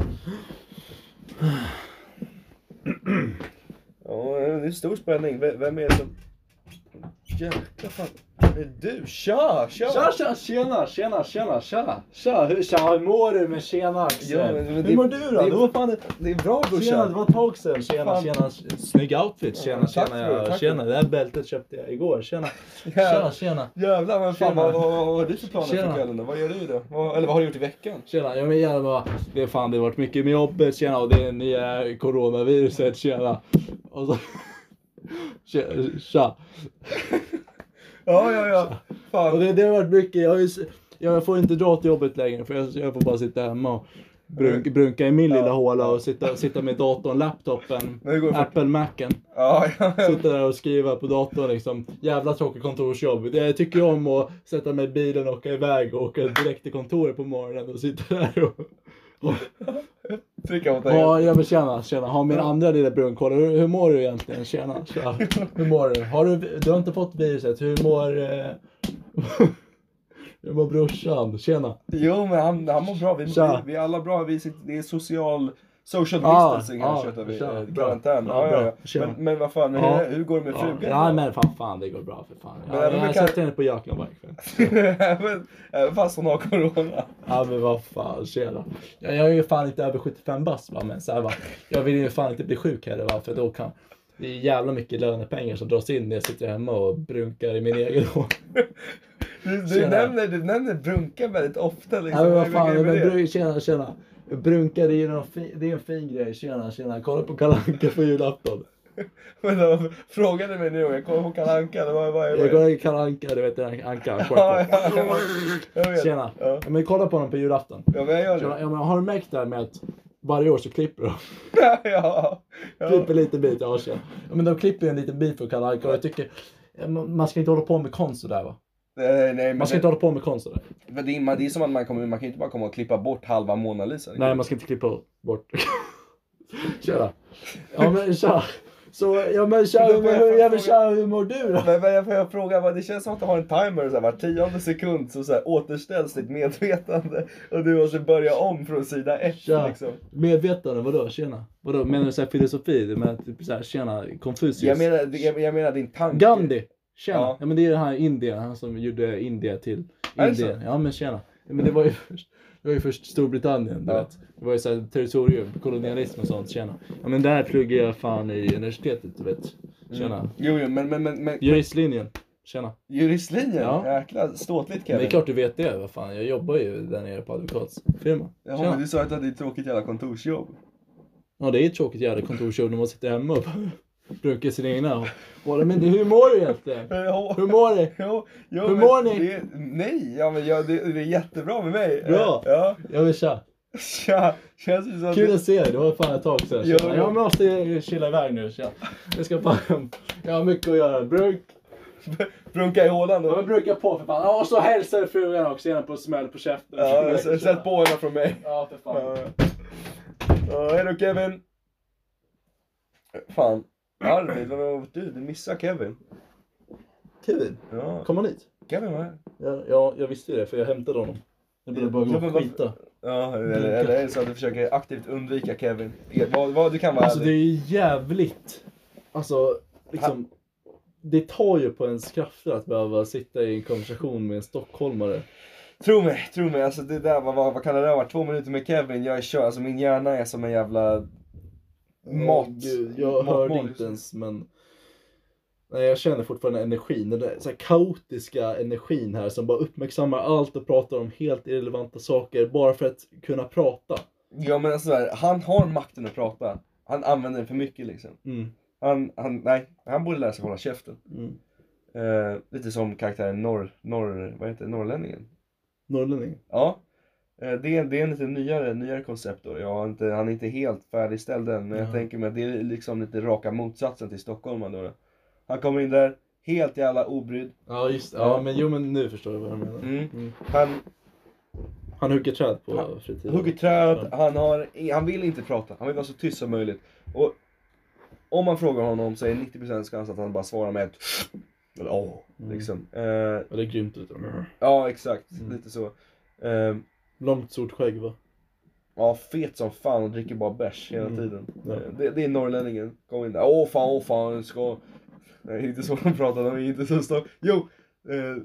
Speaker 1: Ja, eh, det är stor spänning. V- Vem är det som... Jäklar fan. Är du? Tja, tja!
Speaker 2: Tja tja tjena tjena tjena tja! Tja hur, tja, hur mår du med tjena Axel?
Speaker 1: Ja, men- men det-
Speaker 2: hur mår du då?
Speaker 1: det-
Speaker 2: Det var fan
Speaker 1: Det är bra
Speaker 2: Tjena det
Speaker 1: brorsan.
Speaker 2: var ett tag sedan. Tjena
Speaker 1: Fan.
Speaker 2: tjena. Snygg outfit. Tjena
Speaker 1: Ja, tack
Speaker 2: tjena.
Speaker 1: bror,
Speaker 2: Ja,
Speaker 1: tack
Speaker 2: tjena. Det här bältet köpte jag igår. Tjena tjena
Speaker 1: Jävlar.
Speaker 2: tjena.
Speaker 1: Jävlar men fan
Speaker 2: Tjena.
Speaker 1: vad, vad, vad har du för planer för
Speaker 2: Tjena.
Speaker 1: kvällen då? Vad gör du då? Vad, eller vad har du gjort i veckan?
Speaker 2: Tjena, jag menar bara, det är fan det har varit mycket med jobbet, tjena och det är nya coronaviruset, tjena. Och så, tjena, tja.
Speaker 1: Ja, ja, ja.
Speaker 2: Och
Speaker 1: Fan.
Speaker 2: det, det har varit mycket, jag, har ju, s- jag får inte dra till jobbet längre för jag, jag får bara sitta hemma och brunk, brunka i min lilla håla och sitta, sitta med datorn, laptopen,
Speaker 1: Men hur går det för-
Speaker 2: Apple-Macen.
Speaker 1: Ja, ja, ja.
Speaker 2: Sitta där och skriva på datorn liksom. Jävla tråkigt kontorsjobb. Jag tycker ju om att sätta mig i bilen och åka iväg och åka direkt till kontoret på morgonen och sitta där och... och
Speaker 1: Trycka mot dig.
Speaker 2: Ja, jag vill tjena, tjena. Ha min andra lilla brunkolla. Hur, hur mår du egentligen? Tjena, tja. Hur mår du? Har du, du har inte fått viruset. Hur mår... Eh... hur mår brorsan? Tjena.
Speaker 1: Jo, men han, han mår bra. Vi, vi,
Speaker 2: Tja.
Speaker 1: vi är alla bra. Vi sitter, det är social... Social
Speaker 2: Ah,
Speaker 1: distancing här
Speaker 2: ah,
Speaker 1: köttar vi.
Speaker 2: tjena.
Speaker 1: eh,
Speaker 2: Bra.
Speaker 1: Karantän.
Speaker 2: Ja,
Speaker 1: Ja, ja,
Speaker 2: bra.
Speaker 1: ja.
Speaker 2: Tjena.
Speaker 1: Men, men vad fan, hur,
Speaker 2: Ja.
Speaker 1: hur går det med
Speaker 2: Ja,
Speaker 1: frugan?
Speaker 2: ja, men fan, fan det går bra för fan.
Speaker 1: Men
Speaker 2: Ja,
Speaker 1: även
Speaker 2: jag
Speaker 1: vi
Speaker 2: har
Speaker 1: kan-
Speaker 2: sett henne på Jakland varje kväll.
Speaker 1: Även även fast hon har corona.
Speaker 2: Ja men vad fan, tjena. Jag, jag är ju fan inte över 75 bast va, men så här, va. Jag vill ju fan inte bli sjuk heller va, för då kan... Det är jävla mycket lönepengar som dras in när jag sitter hemma och brunkar i min egen hår.
Speaker 1: Du, du,
Speaker 2: Tjena.
Speaker 1: nämner, du nämner brunka väldigt ofta. Liksom.
Speaker 2: Ja, men vad
Speaker 1: Hur går
Speaker 2: fan,
Speaker 1: det med
Speaker 2: men
Speaker 1: det?
Speaker 2: bru- tjena, tjena. Brunkar det är, ju någon fin, det är en fin grej, tjena, tjena. Kolla på Kalle Anka på julafton.
Speaker 1: Men de frågade mig nu om jag kommer på Kalle Anka. Det var, var,
Speaker 2: Jag går i Kalle Anka, du vet den här Anka, han
Speaker 1: Ja,
Speaker 2: skärper.
Speaker 1: ja, ja. Jag vet.
Speaker 2: Tjena.
Speaker 1: Ja.
Speaker 2: Ja, men kolla på honom på julafton.
Speaker 1: Ja, men jag gör
Speaker 2: Tjena,
Speaker 1: det.
Speaker 2: ja, men har du märkt det här med att varje år så klipper de.
Speaker 4: ja. ja.
Speaker 2: Klipper lite bit i Asien. Ja, men de klipper ju en liten bit på Kalle Anka och jag tycker eh, man man ska inte hålla på med konst sådär va?
Speaker 1: Nej, nej, men
Speaker 2: Man ska
Speaker 1: det,
Speaker 2: inte hålla på med konst sådär.
Speaker 1: men det, är, man- det är som att man, kommer, man kan ju inte bara komma och klippa bort halva Mona Lisa.
Speaker 2: Nej, man ska inte klippa bort. Köra. Ja men tja. Så, ja men tja,
Speaker 1: Men vad är det
Speaker 2: hur,
Speaker 1: för
Speaker 2: ja, men,
Speaker 1: fråga?
Speaker 2: tja, hur mår du då?
Speaker 1: Men, men jag får jag fråga, vad- det känns som att du har en timer så här, var tionde sekund så, så här, återställs ditt medvetande och du måste börja om från sida ett
Speaker 2: Tja.
Speaker 1: liksom.
Speaker 2: Medvetande, vadå? Tjena? Vadå, menar du såhär filosofi? Du menar typ såhär, tjena, Konfucius?
Speaker 1: Jag menar, jag, jag menar din tanke.
Speaker 2: Gandhi! Tjena!
Speaker 1: Ja.
Speaker 2: Ja. men det är den här Indien, han som gjorde India till
Speaker 1: Är det
Speaker 2: Indien. Ja men tjena. Ja, men det var ju först, det var ju först Storbritannien, du
Speaker 1: Ja.
Speaker 2: vet. Det var ju såhär territorium, kolonialism och sånt, tjena. Ja men där pluggade jag fan i universitetet, du vet. Tjena.
Speaker 1: Mm. Jo, jo, men, men, men, men
Speaker 2: Juristlinjen, tjena.
Speaker 1: juristlinjen,
Speaker 2: Ja.
Speaker 1: jäklar ståtligt
Speaker 2: Men det
Speaker 1: Kevin.
Speaker 2: är klart du vet det, vad fan. Jag jobbar ju där nere på advokatsfirma.
Speaker 1: Jaha,
Speaker 2: Tjena.
Speaker 1: men du sa att det är ett tråkigt jävla kontorsjobb.
Speaker 2: Ja det är ett tråkigt jävla kontorsjobb när man sitter hemma och brukar sina egna. och Bara, men hur mår du egentligen?
Speaker 1: Jo,
Speaker 2: Hur mår du?
Speaker 1: jo, jo,
Speaker 2: Hur
Speaker 1: men
Speaker 2: mår ni?
Speaker 1: Det, nej, ja, men jag, det, det är jättebra med mig.
Speaker 2: Bra.
Speaker 1: Ja,
Speaker 2: Ja men tja.
Speaker 1: tja, känns det som att
Speaker 2: Kul
Speaker 1: du...
Speaker 2: att se dig, det var fan ett tag sedan.
Speaker 1: Ja.
Speaker 2: Ja, jag måste ju chilla iväg nu. Tja. Jag ska fan, jag har mycket att göra. Brunk,
Speaker 1: Brunka i hålan
Speaker 2: jag
Speaker 1: då.
Speaker 2: brukar på för fan. Ja, och så hälsar frugan också gärna på smäll på käften.
Speaker 1: Ja, s- sätt på henne från mig.
Speaker 2: Ja, för fan.
Speaker 1: Ja, Ja, hej då Kevin. Fan, Arvid, vad var du? Du missade Kevin.
Speaker 2: Kevin,
Speaker 1: Ja,
Speaker 2: kom han hit?
Speaker 1: Kevin var här.
Speaker 2: Ja, ja, jag visste ju det för jag hämtade honom. Jag började bara
Speaker 1: Ja,
Speaker 2: gå
Speaker 1: men
Speaker 2: och
Speaker 1: varför-
Speaker 2: skita.
Speaker 1: Ja, eller, eller är det så att du försöker aktivt undvika Kevin? Vad, vad du kan vara
Speaker 2: Alltså det
Speaker 1: ärlig.
Speaker 2: är jävligt. Alltså liksom. Det tar ju på ens krafter att behöva sitta i en konversation med en stockholmare.
Speaker 1: Tro mig, tro mig. Alltså det där, vad, vad, vad kan det där ha varit? Två minuter med Kevin, jag är kör. Alltså min hjärna är som en jävla liksom. mat.
Speaker 2: Åh, Gud, jag
Speaker 1: matmål
Speaker 2: hörde
Speaker 1: just
Speaker 2: inte
Speaker 1: nu.
Speaker 2: ens men. Nej, jag känner fortfarande energin, den där så här kaotiska energin här som bara uppmärksammar allt och pratar om helt irrelevanta saker bara för att kunna prata.
Speaker 1: Ja men alltså så här, han har makten att prata. Han använder den för mycket liksom.
Speaker 2: Mm.
Speaker 1: Han, han, nej, han borde lära sig hålla käften.
Speaker 2: Mm.
Speaker 1: Eh, lite som karaktären norr, norr, vad heter det, norrlänningen?
Speaker 2: Norrlänning.
Speaker 1: Ja. Eh, Det är, det är en lite nyare, nyare koncept då. Jag har inte, han är inte helt färdigställd än, men jag
Speaker 2: Ja.
Speaker 1: tänker mig att det är liksom lite raka motsatsen till stockholmaren då. Han kommer in där, helt jävla obrydd.
Speaker 2: Ja just
Speaker 1: Ja.
Speaker 2: Ja men jo men nu förstår jag vad du menar.
Speaker 1: Mm.
Speaker 2: Mm.
Speaker 1: Han
Speaker 2: Han hugger träd på
Speaker 1: Han
Speaker 2: fritiden.
Speaker 1: hugger träd, han, har, han vill inte prata, han vill vara så tyst som möjligt. Och om man frågar honom så är 90% chans att han bara svarar med ett eller åh,
Speaker 2: Mm.
Speaker 1: liksom. Eh,
Speaker 2: Ja, det är grymt ut.
Speaker 1: ja, exakt.
Speaker 2: Mm.
Speaker 1: Lite så. Ehm,
Speaker 2: Långt sort skägg va?
Speaker 1: Ja, fet som fan och dricker bara bärs hela
Speaker 2: Mm.
Speaker 1: tiden.
Speaker 2: Ja.
Speaker 1: Det, det är norrlänningen. Kom in där. Åh fan, åh fan, jag ska... Nej, det är inte så de pratar. De är inte så stopp. Jo! Eh,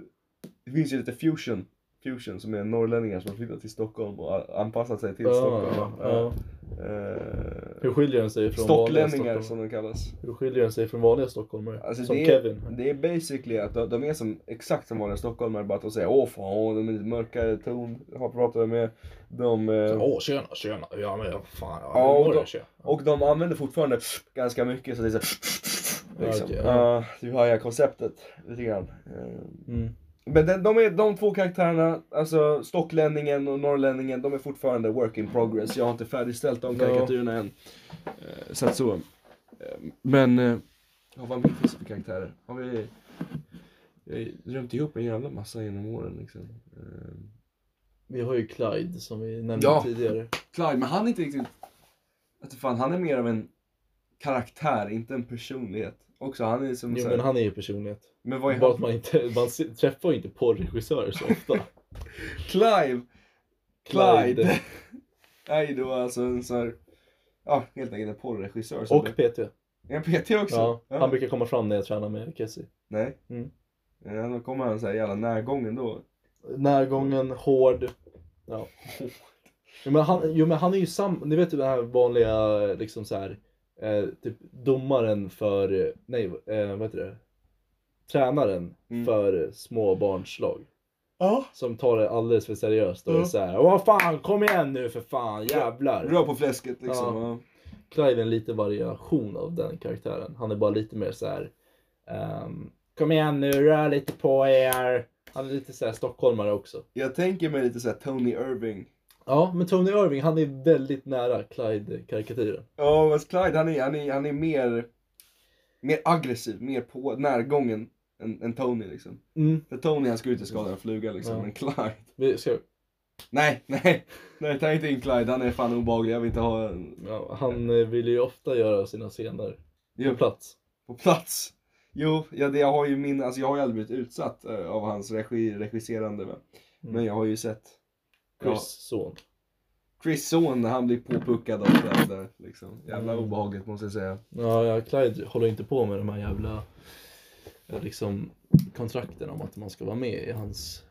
Speaker 1: det finns ju lite fusion. Fusion som är norrlänningar som har flyttat till Stockholm och a- anpassat sig till
Speaker 2: Ja,
Speaker 1: Stockholm.
Speaker 2: ja, ja.
Speaker 1: Eh,
Speaker 2: Hur skiljer den sig från vanliga
Speaker 1: stocklänningar som
Speaker 2: stockholmare?
Speaker 1: de kallas.
Speaker 2: Hur skiljer den sig från vanliga stockholmare?
Speaker 1: Alltså,
Speaker 2: som
Speaker 1: det är-
Speaker 2: Kevin.
Speaker 1: Det är basically att de, de är som, exakt som vanliga stockholmare bara att de säger åh fan, åh, de är lite mörkare ton. Har pratat med. De... eh,
Speaker 2: Åh tjena, tjena. Ja men ja, fan. Ja,
Speaker 1: Ja,
Speaker 2: hur
Speaker 1: och
Speaker 2: mår
Speaker 1: då-
Speaker 2: du, tjena?
Speaker 1: Och de använder fortfarande ganska mycket så det är så liksom.
Speaker 2: okej,
Speaker 1: ja.
Speaker 2: ja.
Speaker 1: du har ju konceptet lite grann. Eh,
Speaker 2: Mm.
Speaker 1: Men den, de, är, de två karaktärerna, alltså stocklänningen och norrlänningen, de är fortfarande work in progress. Jag har inte färdigställt de
Speaker 2: Ja.
Speaker 1: karikatyrerna än. Eh, Så att så. Eh, Men, eh, ja, vad mer finns det för karaktärer? Har vi... Jag har drömt ihop en jävla massa genom åren liksom. Eh,
Speaker 2: Vi har ju Clyde som vi nämnde
Speaker 1: Ja.
Speaker 2: tidigare.
Speaker 1: Clyde, men han är inte riktigt... Jag vet fan, han är mer av en karaktär, inte en personlighet. Också, han är som
Speaker 2: Jo
Speaker 1: så här-
Speaker 2: men han är ju personlighet.
Speaker 1: Men vad är
Speaker 2: Bara
Speaker 1: han?
Speaker 2: att man inte, man se- träffar ju inte porrregissörer så ofta.
Speaker 1: Clive! Clyde! Nej, det var alltså en sån här... Ja, helt enkelt en porrregissör. som
Speaker 2: Och
Speaker 1: blev-
Speaker 2: PT.
Speaker 1: Är han PT också?
Speaker 2: Ja,
Speaker 1: Ja.
Speaker 2: han brukar komma fram när jag tränar med Kessie.
Speaker 1: Nej.
Speaker 2: Mm.
Speaker 1: Ja, då kommer han så här jävla närgången då.
Speaker 2: Närgången, hård. Ja. Jo men han, jo, men han är ju sam, ni vet ju den här vanliga liksom så här, eh, typ domaren för, eh, nej eh, vad heter det? Tränaren
Speaker 1: Mm.
Speaker 2: för småbarnslag.
Speaker 1: Ja.
Speaker 2: Som tar det alldeles för seriöst och är
Speaker 1: Ja.
Speaker 2: så här, vad fan kom igen nu för fan jävlar.
Speaker 1: Rör på fläsket liksom. Ja.
Speaker 2: Clive är en liten variation av den karaktären. Han är bara lite mer så här. ehm, kom igen nu, rör lite på er. Han är lite så här stockholmare också.
Speaker 1: Jag tänker mig lite så här Tony Irving.
Speaker 2: Ja, men Tony Irving, han är väldigt nära Clyde-karikatyren.
Speaker 1: Ja, fast Clyde han är, han är, han är mer, mer aggressiv, mer på närgången än, än Tony liksom.
Speaker 2: Mm.
Speaker 1: För Tony han ska ut och skada en fluga liksom,
Speaker 2: Ja.
Speaker 1: men Clyde.
Speaker 2: Vi ska,
Speaker 1: Nej, nej, nej ta inte in Clyde, han är fan obehaglig, jag vill inte ha en
Speaker 2: ja, han eh, vill ju ofta göra sina scener på
Speaker 1: Jo,
Speaker 2: plats.
Speaker 1: på plats. Jo, ja, det, jag har ju min, alltså jag har ju aldrig blivit utsatt eh, av hans regi, regisserande. Men, men jag har ju sett
Speaker 2: Chris
Speaker 1: Mm. ja,
Speaker 2: son.
Speaker 1: Chris son när han blir påpuckad av Clyde liksom. Jävla obehagligt måste jag säga.
Speaker 2: Ja, ja, Clyde håller inte på med de här jävla eh, liksom, kontrakten om att man ska vara med i hans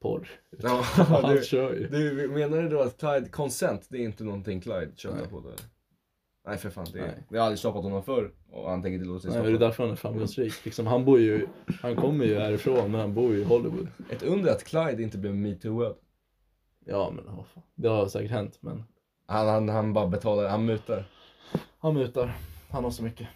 Speaker 2: porr.
Speaker 1: Ja,
Speaker 2: Han
Speaker 1: du,
Speaker 2: kör ju.
Speaker 1: du menar du då att Clyde, consent, det är inte någonting Clyde köpte
Speaker 2: Nej.
Speaker 1: på det? Nej för fan, det,
Speaker 2: Nej.
Speaker 1: vi har aldrig stoppat honom förr och han tänker inte låta sig
Speaker 2: Nej, det är
Speaker 1: stoppa.
Speaker 2: därför han är framgångsrik. Liksom, han, bor ju, han kommer ju härifrån, men han bor ju i Hollywood.
Speaker 1: Ett under att Clyde inte blev metooad.
Speaker 2: Ja, men vad fan. Det har säkert hänt, men
Speaker 1: Han, han, han bara betalar, han mutar.
Speaker 2: han mutar. Han har så mycket.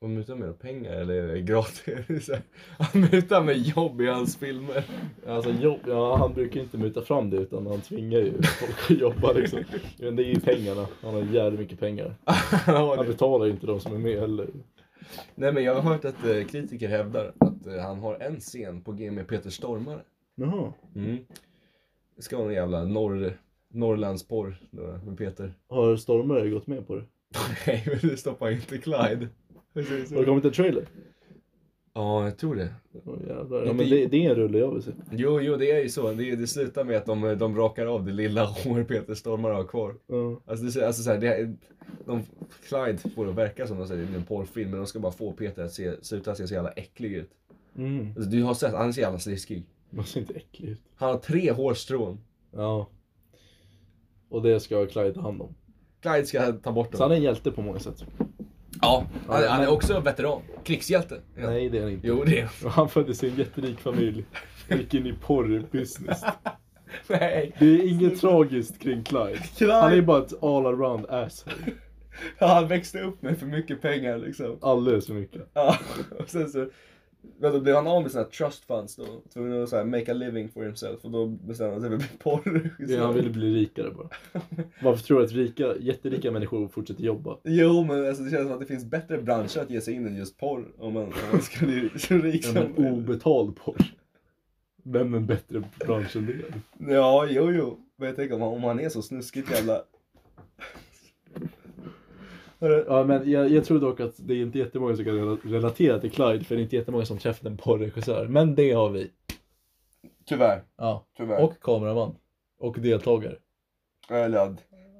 Speaker 1: Och mutar med pengar eller är det gratis? han mutar med jobb i hans filmer.
Speaker 2: Alltså jobb, ja han brukar ju inte muta fram det utan han tvingar ju folk att jobba liksom. Men det är ju pengarna, han har jävligt mycket pengar.
Speaker 1: Han har
Speaker 2: Han
Speaker 1: det.
Speaker 2: betalar ju inte de som är med heller.
Speaker 1: Nej men jag har hört att eh, kritiker hävdar att eh, han har en scen på G med Peter Stormare.
Speaker 2: Jaha.
Speaker 1: Mm. Det ska vara en jävla norr, Norrlandsporr då, med Peter.
Speaker 2: Har Stormare gått med på det?
Speaker 1: Nej men du stoppar inte Clyde.
Speaker 2: Har det kommit en trailer?
Speaker 1: Ja, jag tror det.
Speaker 2: Åh jävlar. Ja men det, det är en rulle jag vill se.
Speaker 1: Jo, jo, det är ju så. Det, det slutar med att de, de rakar av det lilla hår Peter Stormare har kvar.
Speaker 2: Ja.
Speaker 1: Alltså, det, alltså så här, det, är- de, Clyde får det att verka som de säger, det är en porrfilm, men de ska bara få Peter att se, sluta se så jävla äcklig ut.
Speaker 2: Mm.
Speaker 1: Alltså, du har sett, han är så jävla sliskig.
Speaker 2: Man ser inte äcklig ut.
Speaker 1: Han har tre hårstrån.
Speaker 2: Ja. Och det ska Clyde ta hand om.
Speaker 1: Clyde ska ta bort
Speaker 2: Så
Speaker 1: dem.
Speaker 2: han är en hjälte på många sätt.
Speaker 1: Ja, han,
Speaker 2: Ja,
Speaker 1: han är
Speaker 2: men-
Speaker 1: också veteran. Krigshjälte. Ja.
Speaker 2: Nej det är han inte.
Speaker 1: Jo, det är
Speaker 2: Han föddes i en jätterik familj. Gick in i porrbusiness.
Speaker 1: Nej.
Speaker 2: Det är inget tragiskt kring Clyde. Han är bara ett all around asshole.
Speaker 1: Han växte upp med för mycket pengar liksom.
Speaker 2: Alldeles för mycket.
Speaker 1: Ja, och sen så men då blev han av med sina trust funds då, tvungen att så här, make a living for himself och då bestämde han sig för att bli porr.
Speaker 2: Ja, han ville bli rikare bara. Varför tror du att rika, jätterika människor fortsätter jobba?
Speaker 1: Jo men alltså, det känns som att det finns bättre branscher att ge sig in i än just porr om man, om man skulle bli så rik
Speaker 2: Ja,
Speaker 1: som
Speaker 2: men obetald porr. Vem är en bättre bransch än det?
Speaker 1: Ja, jo jo. Men jag tänker om han, om han är så snuskigt jävla... Hörru,
Speaker 2: Ja, men jag, jag tror dock att det är inte jättemånga som kan rela- relatera till Clyde, för det är inte jättemånga som träffat en porrregissör. Men det har vi.
Speaker 1: Tyvärr,
Speaker 2: Ja.
Speaker 1: tyvärr.
Speaker 2: Och kameraman. Och deltagare.
Speaker 1: Eller ja,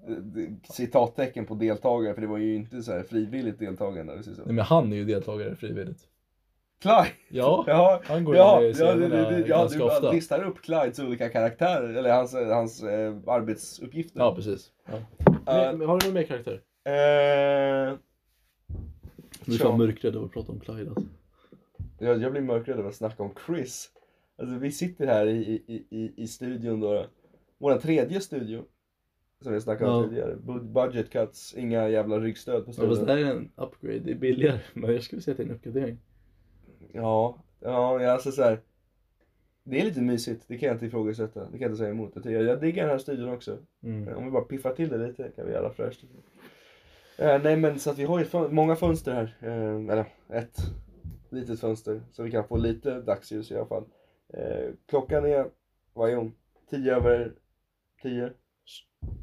Speaker 1: d- d- citattecken på deltagare för det var ju inte så här frivilligt deltagande. eller så.
Speaker 2: Nej, men han är ju deltagare frivilligt.
Speaker 1: Clyde!
Speaker 2: Ja,
Speaker 1: Ja,
Speaker 2: han går ju
Speaker 1: Ja,
Speaker 2: med
Speaker 1: ja,
Speaker 2: i
Speaker 1: du-
Speaker 2: scenerna
Speaker 1: du- du- ja,
Speaker 2: ganska
Speaker 1: du bara
Speaker 2: ofta.
Speaker 1: listar upp Clydes olika karaktärer, eller hans, hans eh, arbetsuppgifter.
Speaker 2: Ja, precis. Ja.
Speaker 1: Eh,
Speaker 2: Men, men har du någon mer karaktär?
Speaker 1: eh,
Speaker 2: Nu
Speaker 1: Ja.
Speaker 2: är fan mörkrädd av att prata om Clyde alltså.
Speaker 1: jag, jag blir mörkrädd av att snacka om Chris. Alltså, vi sitter här i, i- i, i, i studion då. Vår tredje studio. Som vi snackade om
Speaker 2: Ja.
Speaker 1: tidigare. Bud- Budget cuts, inga jävla ryggstöd på
Speaker 2: Ja, fast det
Speaker 1: studion.
Speaker 2: här är en upgrade, det är billigare. Men jag skulle säga att det är en uppgradering.
Speaker 1: Ja, ja, ja, alltså så här. Det är lite mysigt, det kan jag inte ifrågasätta. Det kan jag inte säga emot. Jag, tycker- jag diggar den här studion också.
Speaker 2: Mm.
Speaker 1: Om vi bara piffar till det lite kan vi göra fräscht. Eh, nej men så att vi har ju fön- många fönster här. Eh, eller ett litet fönster. Så vi kan få lite dagsljus i alla fall. Eh, klockan är, vad är hon? 10 över 10?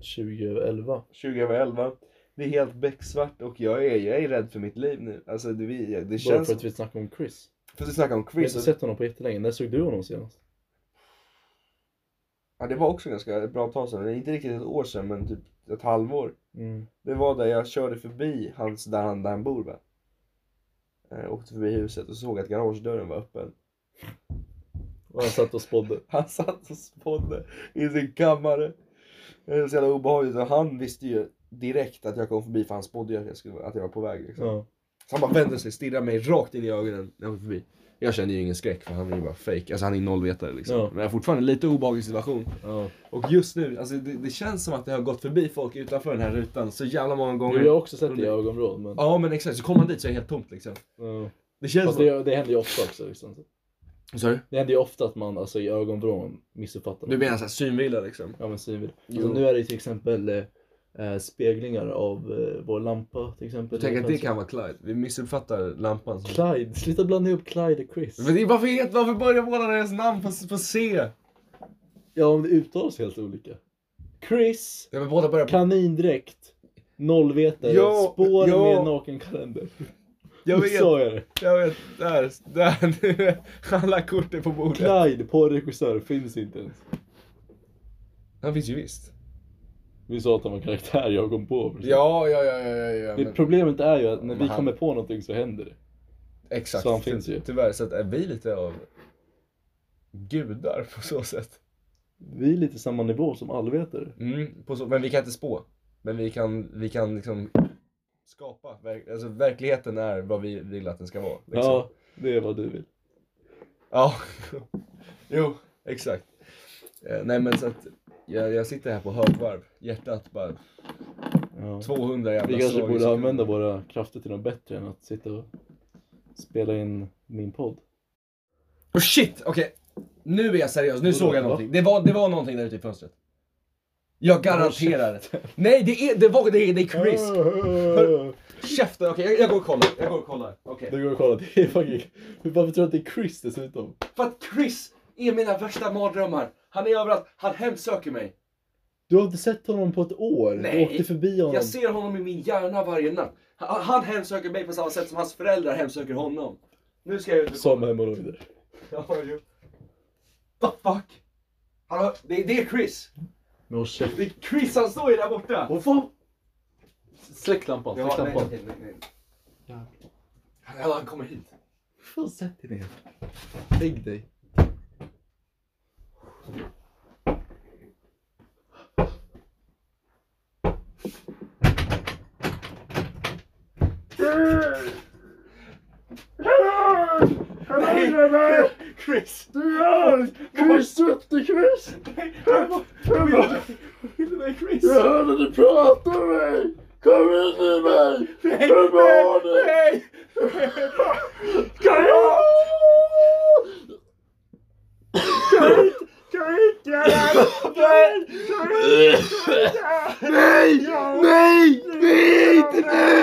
Speaker 2: 20 över 11.
Speaker 1: 20 över 11. Det är helt becksvart och jag är, jag är rädd för mitt liv nu. Alltså det, vi, det
Speaker 2: Bara
Speaker 1: känns...
Speaker 2: för att vi snackar om Chris.
Speaker 1: För att vi snackar om
Speaker 2: Vi har
Speaker 1: Chris.
Speaker 2: inte
Speaker 1: Och,
Speaker 2: sett honom på jättelänge. När såg du honom senast?
Speaker 1: ja, det var också ganska bra tag sedan. Det är Inte riktigt ett år sedan men typ ett halvår.
Speaker 2: Mm.
Speaker 1: Det var där jag körde förbi hans, där han, där han bor va? Eh, åkte förbi huset och såg att garagedörren var öppen.
Speaker 2: Och han satt och spådde.
Speaker 1: Han satt och spådde i sin kammare. Det var så jävla obehagligt och han visste ju direkt att jag kom förbi för han spådde ju att jag, skulle, att jag var på väg liksom.
Speaker 2: Ja.
Speaker 1: Så han bara vände sig, stirrade mig rakt in i ögonen när jag kom förbi. Jag kände ju ingen skräck för han är ju bara fake, alltså han är ju nollvetare liksom.
Speaker 2: Ja.
Speaker 1: Men jag är fortfarande lite obehaglig situation.
Speaker 2: ja.
Speaker 1: Och just nu, alltså det, det känns som att det har gått förbi folk utanför den här rutan så jävla många
Speaker 2: Jo,
Speaker 1: gånger.
Speaker 2: jag har också sett det i ögonvrån. Men...
Speaker 1: Ja men exakt, så kommer man dit så är det helt tomt liksom.
Speaker 2: Ja.
Speaker 1: Det känns
Speaker 2: Fast
Speaker 1: som...
Speaker 2: det, det händer ju ofta också. Liksom.
Speaker 1: Vad sa du?
Speaker 2: Det händer ju ofta att man alltså, i ögonvrån missuppfattar
Speaker 1: Du
Speaker 2: någon.
Speaker 1: menar såhär synvilla liksom?
Speaker 2: Ja men synvidd.
Speaker 1: Jo.
Speaker 2: Alltså, nu är det till exempel eh, eh, speglingar av eh, vår lampa till exempel.
Speaker 1: Tänk att det kan vara Clyde. Vi missuppfattar lampan. Som...
Speaker 2: Clyde, sluta blanda ihop Clyde och Chris.
Speaker 1: Men det är- varför, heter- varför börjar båda deras namn på, på C?
Speaker 2: Ja om det uttalas helt olika. Chris,
Speaker 1: Ja, men båda börjar på...
Speaker 2: kanindräkt, nollvetare,
Speaker 1: Ja,
Speaker 2: spår
Speaker 1: ja.
Speaker 2: med nakenkalender.
Speaker 1: Jag
Speaker 2: Nu
Speaker 1: vet,
Speaker 2: sa jag det.
Speaker 1: jag vet. Där, där. nu. Alla kort är på bordet.
Speaker 2: Clyde, porrregissör, finns inte ens.
Speaker 1: Han finns ju visst.
Speaker 2: Vi sa att han var karaktär jag kom på precis.
Speaker 1: Ja, ja, ja, ja, ja, ja.
Speaker 2: Det
Speaker 1: Men,
Speaker 2: problemet är ju att när vi
Speaker 1: Men han-
Speaker 2: kommer på någonting så händer det.
Speaker 1: exakt.
Speaker 2: så han finns ju.
Speaker 1: Tyvärr, så att är vi lite av gudar på så sätt.
Speaker 2: Vi är lite samma nivå som allvetare.
Speaker 1: Mm, på så, men vi kan inte spå. Men vi kan, vi kan liksom skapa. Verk, alltså verkligheten är vad vi vill att den ska vara. Liksom.
Speaker 2: Ja, det är vad du vill.
Speaker 1: Ja. jo, exakt. Eh, nej men så att jag, jag sitter här på högvarv. Hjärtat bara
Speaker 2: Ja.
Speaker 1: 200 jävla
Speaker 2: Vi kanske
Speaker 1: slag i
Speaker 2: borde
Speaker 1: sekunden.
Speaker 2: använda våra krafter till något bättre än att sitta och spela in min podd.
Speaker 1: Oh shit! Okej. Nu är jag seriös. Nu
Speaker 2: Vadå,
Speaker 1: såg jag
Speaker 2: va? Oh,
Speaker 1: någonting. Det var, det var någonting där ute i fönstret. Jag garanterar. Nej, det är, det var, det är, det är Chris.
Speaker 2: Ah.
Speaker 1: Käften, okej jag, jag går och kollar. Jag går och kollar. Okej.
Speaker 2: Du går och kollar, det är fucking... Varför tror du att det är Chris dessutom?
Speaker 1: För att Chris är mina värsta mardrömmar. Han är överallt. Han hemsöker mig.
Speaker 2: Du har inte sett honom på ett år.
Speaker 1: Nej.
Speaker 2: Du åkte förbi honom.
Speaker 1: Jag ser honom i min hjärna varje natt. Han, han hemsöker mig på samma sätt som hans föräldrar hemsöker honom. Nu ska jag ut och
Speaker 2: Som hemorrojder.
Speaker 1: Ja, jo. The fuck? Han har, det, det är Chris.
Speaker 2: Men håll käften.
Speaker 1: Det är Chris, han står ju där borta.
Speaker 2: Åh fan! Släck lampan,
Speaker 1: Ja,
Speaker 2: släck
Speaker 1: nej,
Speaker 2: lampan.
Speaker 1: nej, nej, nej. Ja, han kommer hit.
Speaker 2: Fan sätt dig ner. Lägg dig.
Speaker 1: Chris!
Speaker 2: Chris, sluta Chris!
Speaker 1: Skyll mig Chris!
Speaker 2: Jag hörde du prata med mig! Kom in i mig! Hur mår du?
Speaker 1: Nej!
Speaker 2: Nej! Nej!